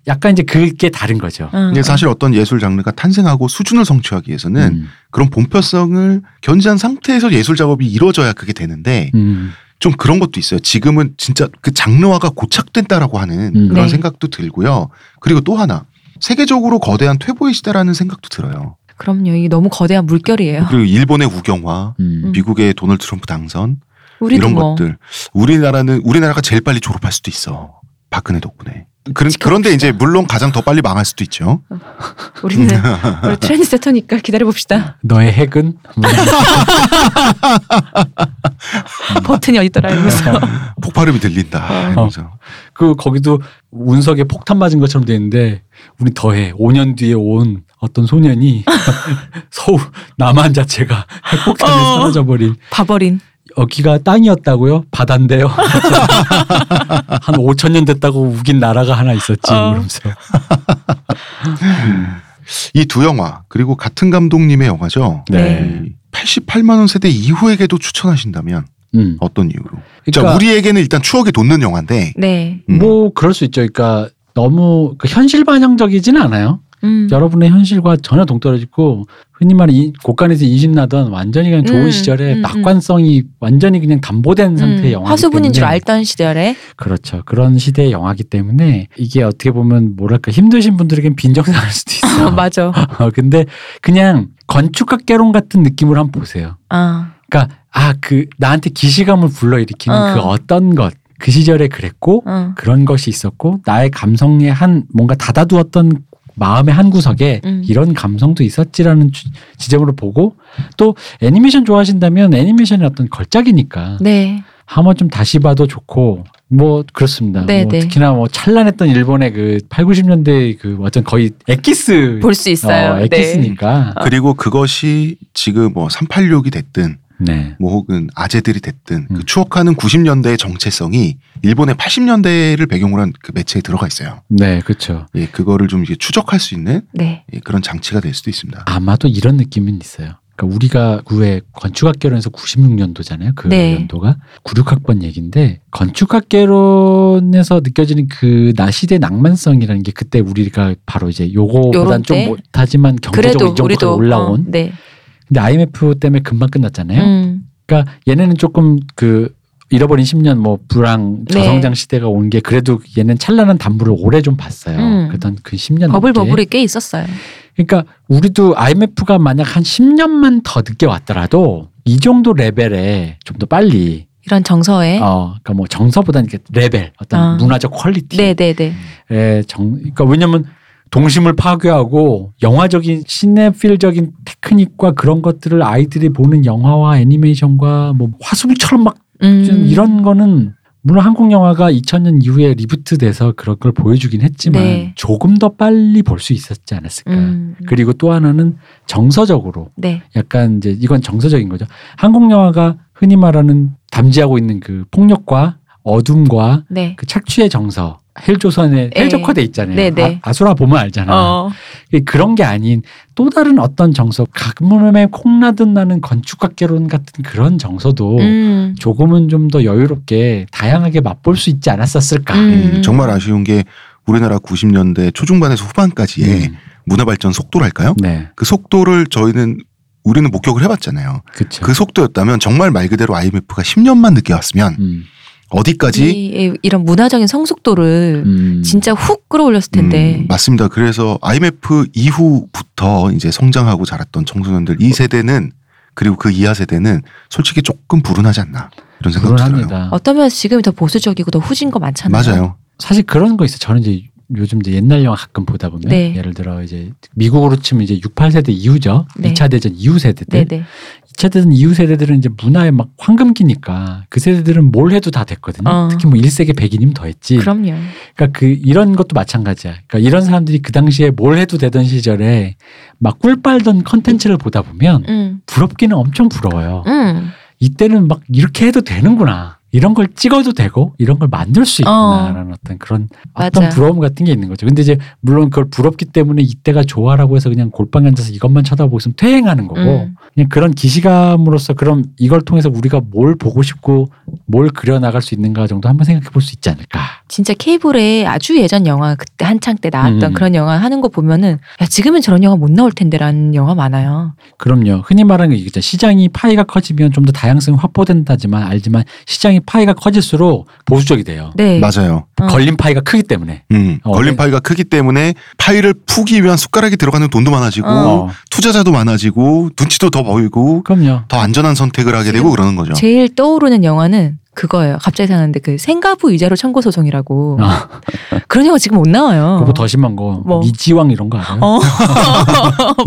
약간 이제 그게 다른 거죠. 어. 이게 사실 어떤 예술 장르가 탄생하고 수준을 성취하기 위해서는 음. 그런 본편성을 견지한 상태에서 예술 작업이 이루어져야 그게 되는데 음. 좀 그런 것도 있어요. 지금은 진짜 그 장르화가 고착됐다라고 하는 음. 그런 네. 생각도 들고요. 그리고 또 하나 세계적으로 거대한 퇴보의 시대라는 생각도 들어요. 그럼요. 이게 너무 거대한 [laughs] 물결이에요. 그리고 일본의 우경화, 음. 미국의 도널드 트럼프 당선 우리도 이런 뭐. 것들 우리나라는 우리나라가 제일 빨리 졸업할 수도 있어. 박근혜 덕분에. 그런, 지켜봅시다. 그런데 이제 물론 가장 더 빨리 망할 수도 있죠. [laughs] 우리는 우리 트렌드세터니까 기다려봅시다. 너의 핵은 뭐 음, 버튼이 [laughs] 어딨더라 이러면서. 폭발음이 어. 들린다. 이러면서. 그 거기도 운석에 폭탄 맞은 것처럼 돼 있는데 우린 더해 5년 뒤에 온 어떤 소년이 [laughs] 서울 남한 자체가 핵폭탄에 어. 사라져 버린 어, 봐버린. 여기가 땅이었다고요? 바다인데요. [laughs] 한 5천 년 됐다고 우긴 나라가 하나 있었지 어. 이러면서 이 두 영화 그리고 같은 감독님의 영화죠. 네. 88만 원 세대 이후에게도 추천하신다면 음. 어떤 이유로? 자, 그러니까 우리에게는 일단 추억이 돋는 영화인데 네. 음, 뭐 그럴 수 있죠. 그러니까 너무 그 현실 반영적이진 않아요. 음. 여러분의 현실과 전혀 동떨어지고 흔히 말하는 이- 곳간에서 이심 나던 완전히 그냥 좋은 음, 시절에 음, 음. 막관성이 완전히 그냥 담보된 상태의 영화. 화수분인 줄 알던 시절에 그렇죠. 그런 시대의 영화기 때문에 이게 어떻게 보면 뭐랄까 힘드신 분들에겐 빈정상할 수도 어, 있어. [laughs] 맞아. 어, [laughs] 근데 그냥 건축학개론 같은 느낌으로 한번 보세요. 아. 그러니까 아 그 나한테 기시감을 불러일으키는 어. 그 어떤 것 그 시절에 그랬고 어. 그런 것이 있었고 나의 감성에 한 뭔가 닫아두었던 마음의 한 구석에 음. 이런 감성도 있었지라는 주- 지점으로 보고 또 애니메이션 좋아하신다면 애니메이션이 어떤 걸작이니까 네. 한번 좀 다시 봐도 좋고 뭐 그렇습니다. 네, 뭐 네. 특히나 뭐 찬란했던 일본의 그 8, 90년대 그 완전 거의 엑기스 볼 수 있어요. 어, 네. 엑기스니까 그리고 그것이 지금 뭐 386이 됐든 네. 뭐 혹은 아재들이 됐든 그 음. 추억하는 90년대의 정체성이 일본의 80년대를 배경으로 한 그 매체에 들어가 있어요. 네, 그렇죠. 예, 그거를 좀 이제 추적할 수 있는 네. 예, 그런 장치가 될 수도 있습니다. 아마도 이런 느낌은 있어요. 그러니까 우리가 그왜 건축학개론에서 96년도잖아요. 그 네. 연도가 96학번 얘기인데 건축학개론에서 느껴지는 그 나 시대 낭만성이라는 게 그때 우리가 바로 이제 요거보단 요런 좀 때? 못하지만 경제적으로 그래도 이 우리도 정도 올라온. 어, 네. 근데 IMF 때문에 금방 끝났잖아요. 음. 그러니까 얘네는 조금 그 잃어버린 10년 뭐 불황 네. 저성장 시대가 온 게 그래도 얘는 찬란한 단물을 오래 좀 봤어요. 음. 그랬던 그 10년 버블 넘게. 버블이 꽤 있었어요. 그러니까 우리도 IMF가 만약 한 10년만 더 늦게 왔더라도 이 정도 레벨에 좀 더 빨리 이런 정서에 어 그러니까 뭐 정서보다는 이렇게 레벨 어떤 네? 아. 문화적 퀄리티의 네, 네, 네. 정 그러니까 왜냐면 동심을 파괴하고 영화적인 시네필적인 테크닉과 그런 것들을 아이들이 보는 영화와 애니메이션과 뭐 화수분처럼 막 음. 좀 이런 거는 물론 한국 영화가 2000년 이후에 리부트돼서 그런 걸 보여주긴 했지만 네. 조금 더 빨리 볼 수 있었지 않았을까. 음. 네. 그리고 또 하나는 정서적으로 네. 약간 이제 이건 정서적인 거죠. 한국 영화가 흔히 말하는 담지하고 있는 그 폭력과 어둠과 네. 그 착취의 정서 헬조선의 예. 헬조커돼 있잖아요. 네, 네. 아, 수라 보면 알잖아. 어. 그런 게 아닌 또 다른 어떤 정서, 각문음에 콩나듯 나는 건축학개론 같은 그런 정서도 음. 조금은 좀 더 여유롭게 다양하게 맛볼 수 있지 않았었을까. 음. 음, 정말 아쉬운 게 우리나라 90년대 초중반에서 후반까지의 음. 문화 발전 속도랄까요? 네, 그 속도를 저희는 우리는 목격을 해봤잖아요. 그렇죠. 그 속도였다면 정말 말 그대로 IMF가 10년만 늦게 왔으면 음. 어디까지 이, 이런 문화적인 성숙도를 음. 진짜 훅 끌어올렸을 텐데. 음, 맞습니다. 그래서 IMF 이후부터 이제 성장하고 자랐던 청소년들 이 세대는 그리고 그 이하 세대는 솔직히 조금 불운하지 않나 이런 생각도 들어요. 불안합니다. 어떤 면에서 지금이 더 보수적이고 더 후진 거 많잖아요. 맞아요. 사실 그런 거 있어. 저는 이제 요즘 이제 옛날 영화 가끔 보다 보면 네. 예를 들어 이제 미국으로 치면 이제 68세대 이후죠. 네. 이 2차 대전 이후 세대들. 네네. 이 2차 대전 이후 세대들은 이제 문화의 막 황금기니까 그 세대들은 뭘 해도 다 됐거든요. 어. 특히 뭐 1세기 백인이면 더 했지. 그럼요. 그러니까 그 이런 것도 마찬가지야. 그러니까 이런 사람들이 그 당시에 뭘 해도 되던 시절에 막 꿀빨던 컨텐츠를 보다 보면 음. 부럽기는 엄청 부러워요. 음. 이때는 막 이렇게 해도 되는구나. 이런 걸 찍어도 되고 이런 걸 만들 수 있구나라는 어. 떤 그런 어떤 맞아. 부러움 같은 게 있는 거죠. 근데 이제 물론 그걸 부럽기 때문에 이때가 좋아라고 해서 그냥 골방에 앉아서 이것만 쳐다보고 있으면 퇴행하는 거고 음. 그냥 그런 기시감으로써 그럼 이걸 통해서 우리가 뭘 보고 싶고 뭘 그려 나갈 수 있는가 정도 한번 생각해 볼 수 있지 않을까. 진짜 케이블에 아주 예전 영화 그때 한창 때 나왔던 음. 그런 영화 하는 거 보면은 야 지금은 저런 영화 못 나올 텐데라는 영화 많아요. 그럼요. 흔히 말하는 게 있죠. 시장이 파이가 커지면 좀 더 다양성이 확보된다지만 알지만 시장이 파이가 커질수록 보수적이 돼요. 네. 맞아요. 어. 걸린 파이가 크기 때문에. 음, 어, 걸린 네. 파이가 크기 때문에 파이를 푸기 위한 숟가락이 들어가는 돈도 많아지고 어. 투자자도 많아지고 눈치도 더 보이고 그럼요. 더 안전한 선택을 하게 되고 그러는 거죠. 제일 떠오르는 영화는 그거예요. 갑자기 생각났는데 그 생가부 위자료 청구 소송이라고 아, 그런 영화 지금 못 나와요. 그거 더 심한 거 뭐. 미지왕 이런 거 알아요? [laughs] 어. [laughs]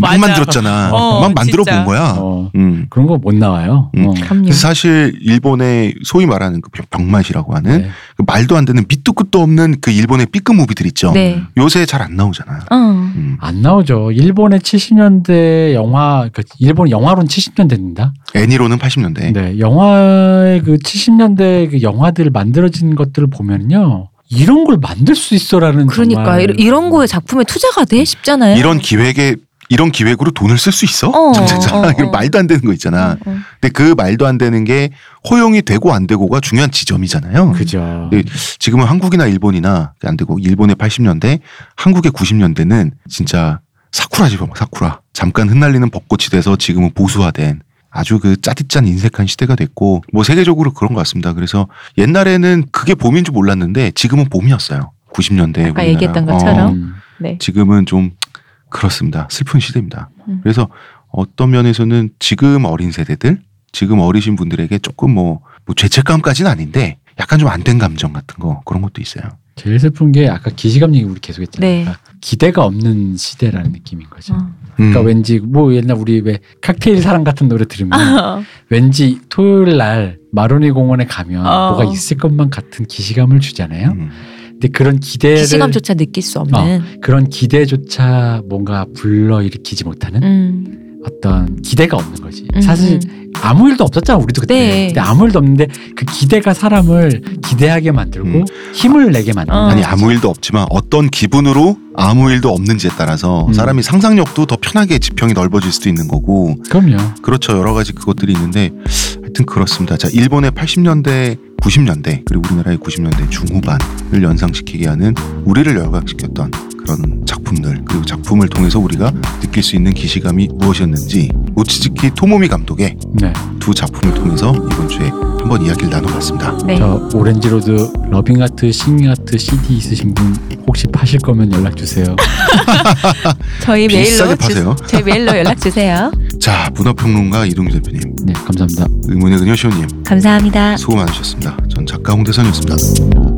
막 맞아. 만들었잖아. 어, 막 만들어 본 진짜. 거야. 어, 음. 그런 거 못 나와요. 음. 어. 그럼요. 그래서 사실 일본의 소위 말하는 그 병- 병맛이라고 하는 네. 그 말도 안 되는 밑도 끝도 없는 그 일본의 B급 무비들 있죠. 네. 요새 잘 안 나오잖아. 어. 음. 안 나오죠. 일본의 70년대 영화, 그 일본 영화론 70년대입니다. 애니로는 80년대. 네, 영화의 그 70년대 그 영화들 만들어진 것들을 보면요, 이런 걸 만들 수 있어라는 그러니까 정말- 이- 이런 거에 작품에 투자가 돼 싶잖아요. 이런 기획에 이런 기획으로 돈을 쓸 수 있어? 네. 어, 전체자 어, 어. 이거 말도 안 되는 거 있잖아. 어, 어. 근데 그 말도 안 되는 게 허용이 되고 안 되고가 중요한 음. 지점이잖아요. 그죠. 네. 지금은 한국이나 일본이나 안 되고 일본의 80년대, 한국의 90년대는 진짜 사쿠라지 봐봐 사쿠라. 잠깐 흩날리는 벚꽃이 돼서 지금은 보수화된 아주 그 짜릿짠 인색한 시대가 됐고 뭐 세계적으로 그런 것 같습니다. 그래서 옛날에는 그게 봄인 줄 몰랐는데 지금은 봄이었어요. 90년대 어. 아까 얘기했던 것처럼. 음, 네. 지금은 좀 그렇습니다. 슬픈 시대입니다. 음. 그래서 어떤 면에서는 지금 어린 세대들, 지금 어리신 분들에게 조금 뭐, 뭐 죄책감까지는 아닌데 약간 좀 안 된 감정 같은 거 그런 것도 있어요. 제일 슬픈 게 아까 기시감 얘기 우리 계속했잖아요. 네. 그러니까 기대가 없는 시대라는 느낌인 거죠. 어. 음. 그러니까 왠지 뭐 옛날 우리 왜 칵테일 사랑 같은 노래 들으면 음. 아, 왠지 토요일 날 마로니 공원에 가면 어. 뭐가 있을 것만 같은 기시감을 주잖아요. 음. 근데 그런 기대를 [laughs] 기시감조차 느낄 수 아. 없는. 그런 기대조차 뭔가 불러일으키지 못하는 음. 어떤 기대가 없는 거지. 음, 사실 음. 아무 일도 없었잖아 우리도 그때. 네. 근데 아무 일도 없는데 그 기대가 사람을 기대하게 만들고 음. 힘을 내게 만드는. 어. 아니 거지. 아무 일도 없지만 어떤 기분으로 아무 일도 없는지에 따라서 음. 사람이 상상력도 더 편하게 지평이 넓어질 수도 있는 거고 그럼요. 그렇죠 여러 가지 그것들이 있는데 하여튼 그렇습니다. 자 일본의 80년대, 90년대 그리고 우리나라의 90년대 중후반을 연상시키게 하는 우리를 열광시켰던 그런 작품들 그리고 작품을 통해서 우리가 느낄 수 있는 기시감이 무엇이었는지 모치즈키 토모미 감독의 네. 두 작품을 통해서 이번 주에 한번 이야기를 나눠봤습니다. 네. 저 오렌지 로드 러빙 아트, 싱잉 아트 CD 있으신 분 혹시 파실 거면 연락 주세요. 저희 비싸게 메일로 파세요. 주, [laughs] 저희 메일로 연락 주세요. 자 문화평론가 이동규 대표님, 네, 감사합니다. 의문의 근효시호님 감사합니다. 수고 많으셨습니다. 전 작가 홍대선이었습니다.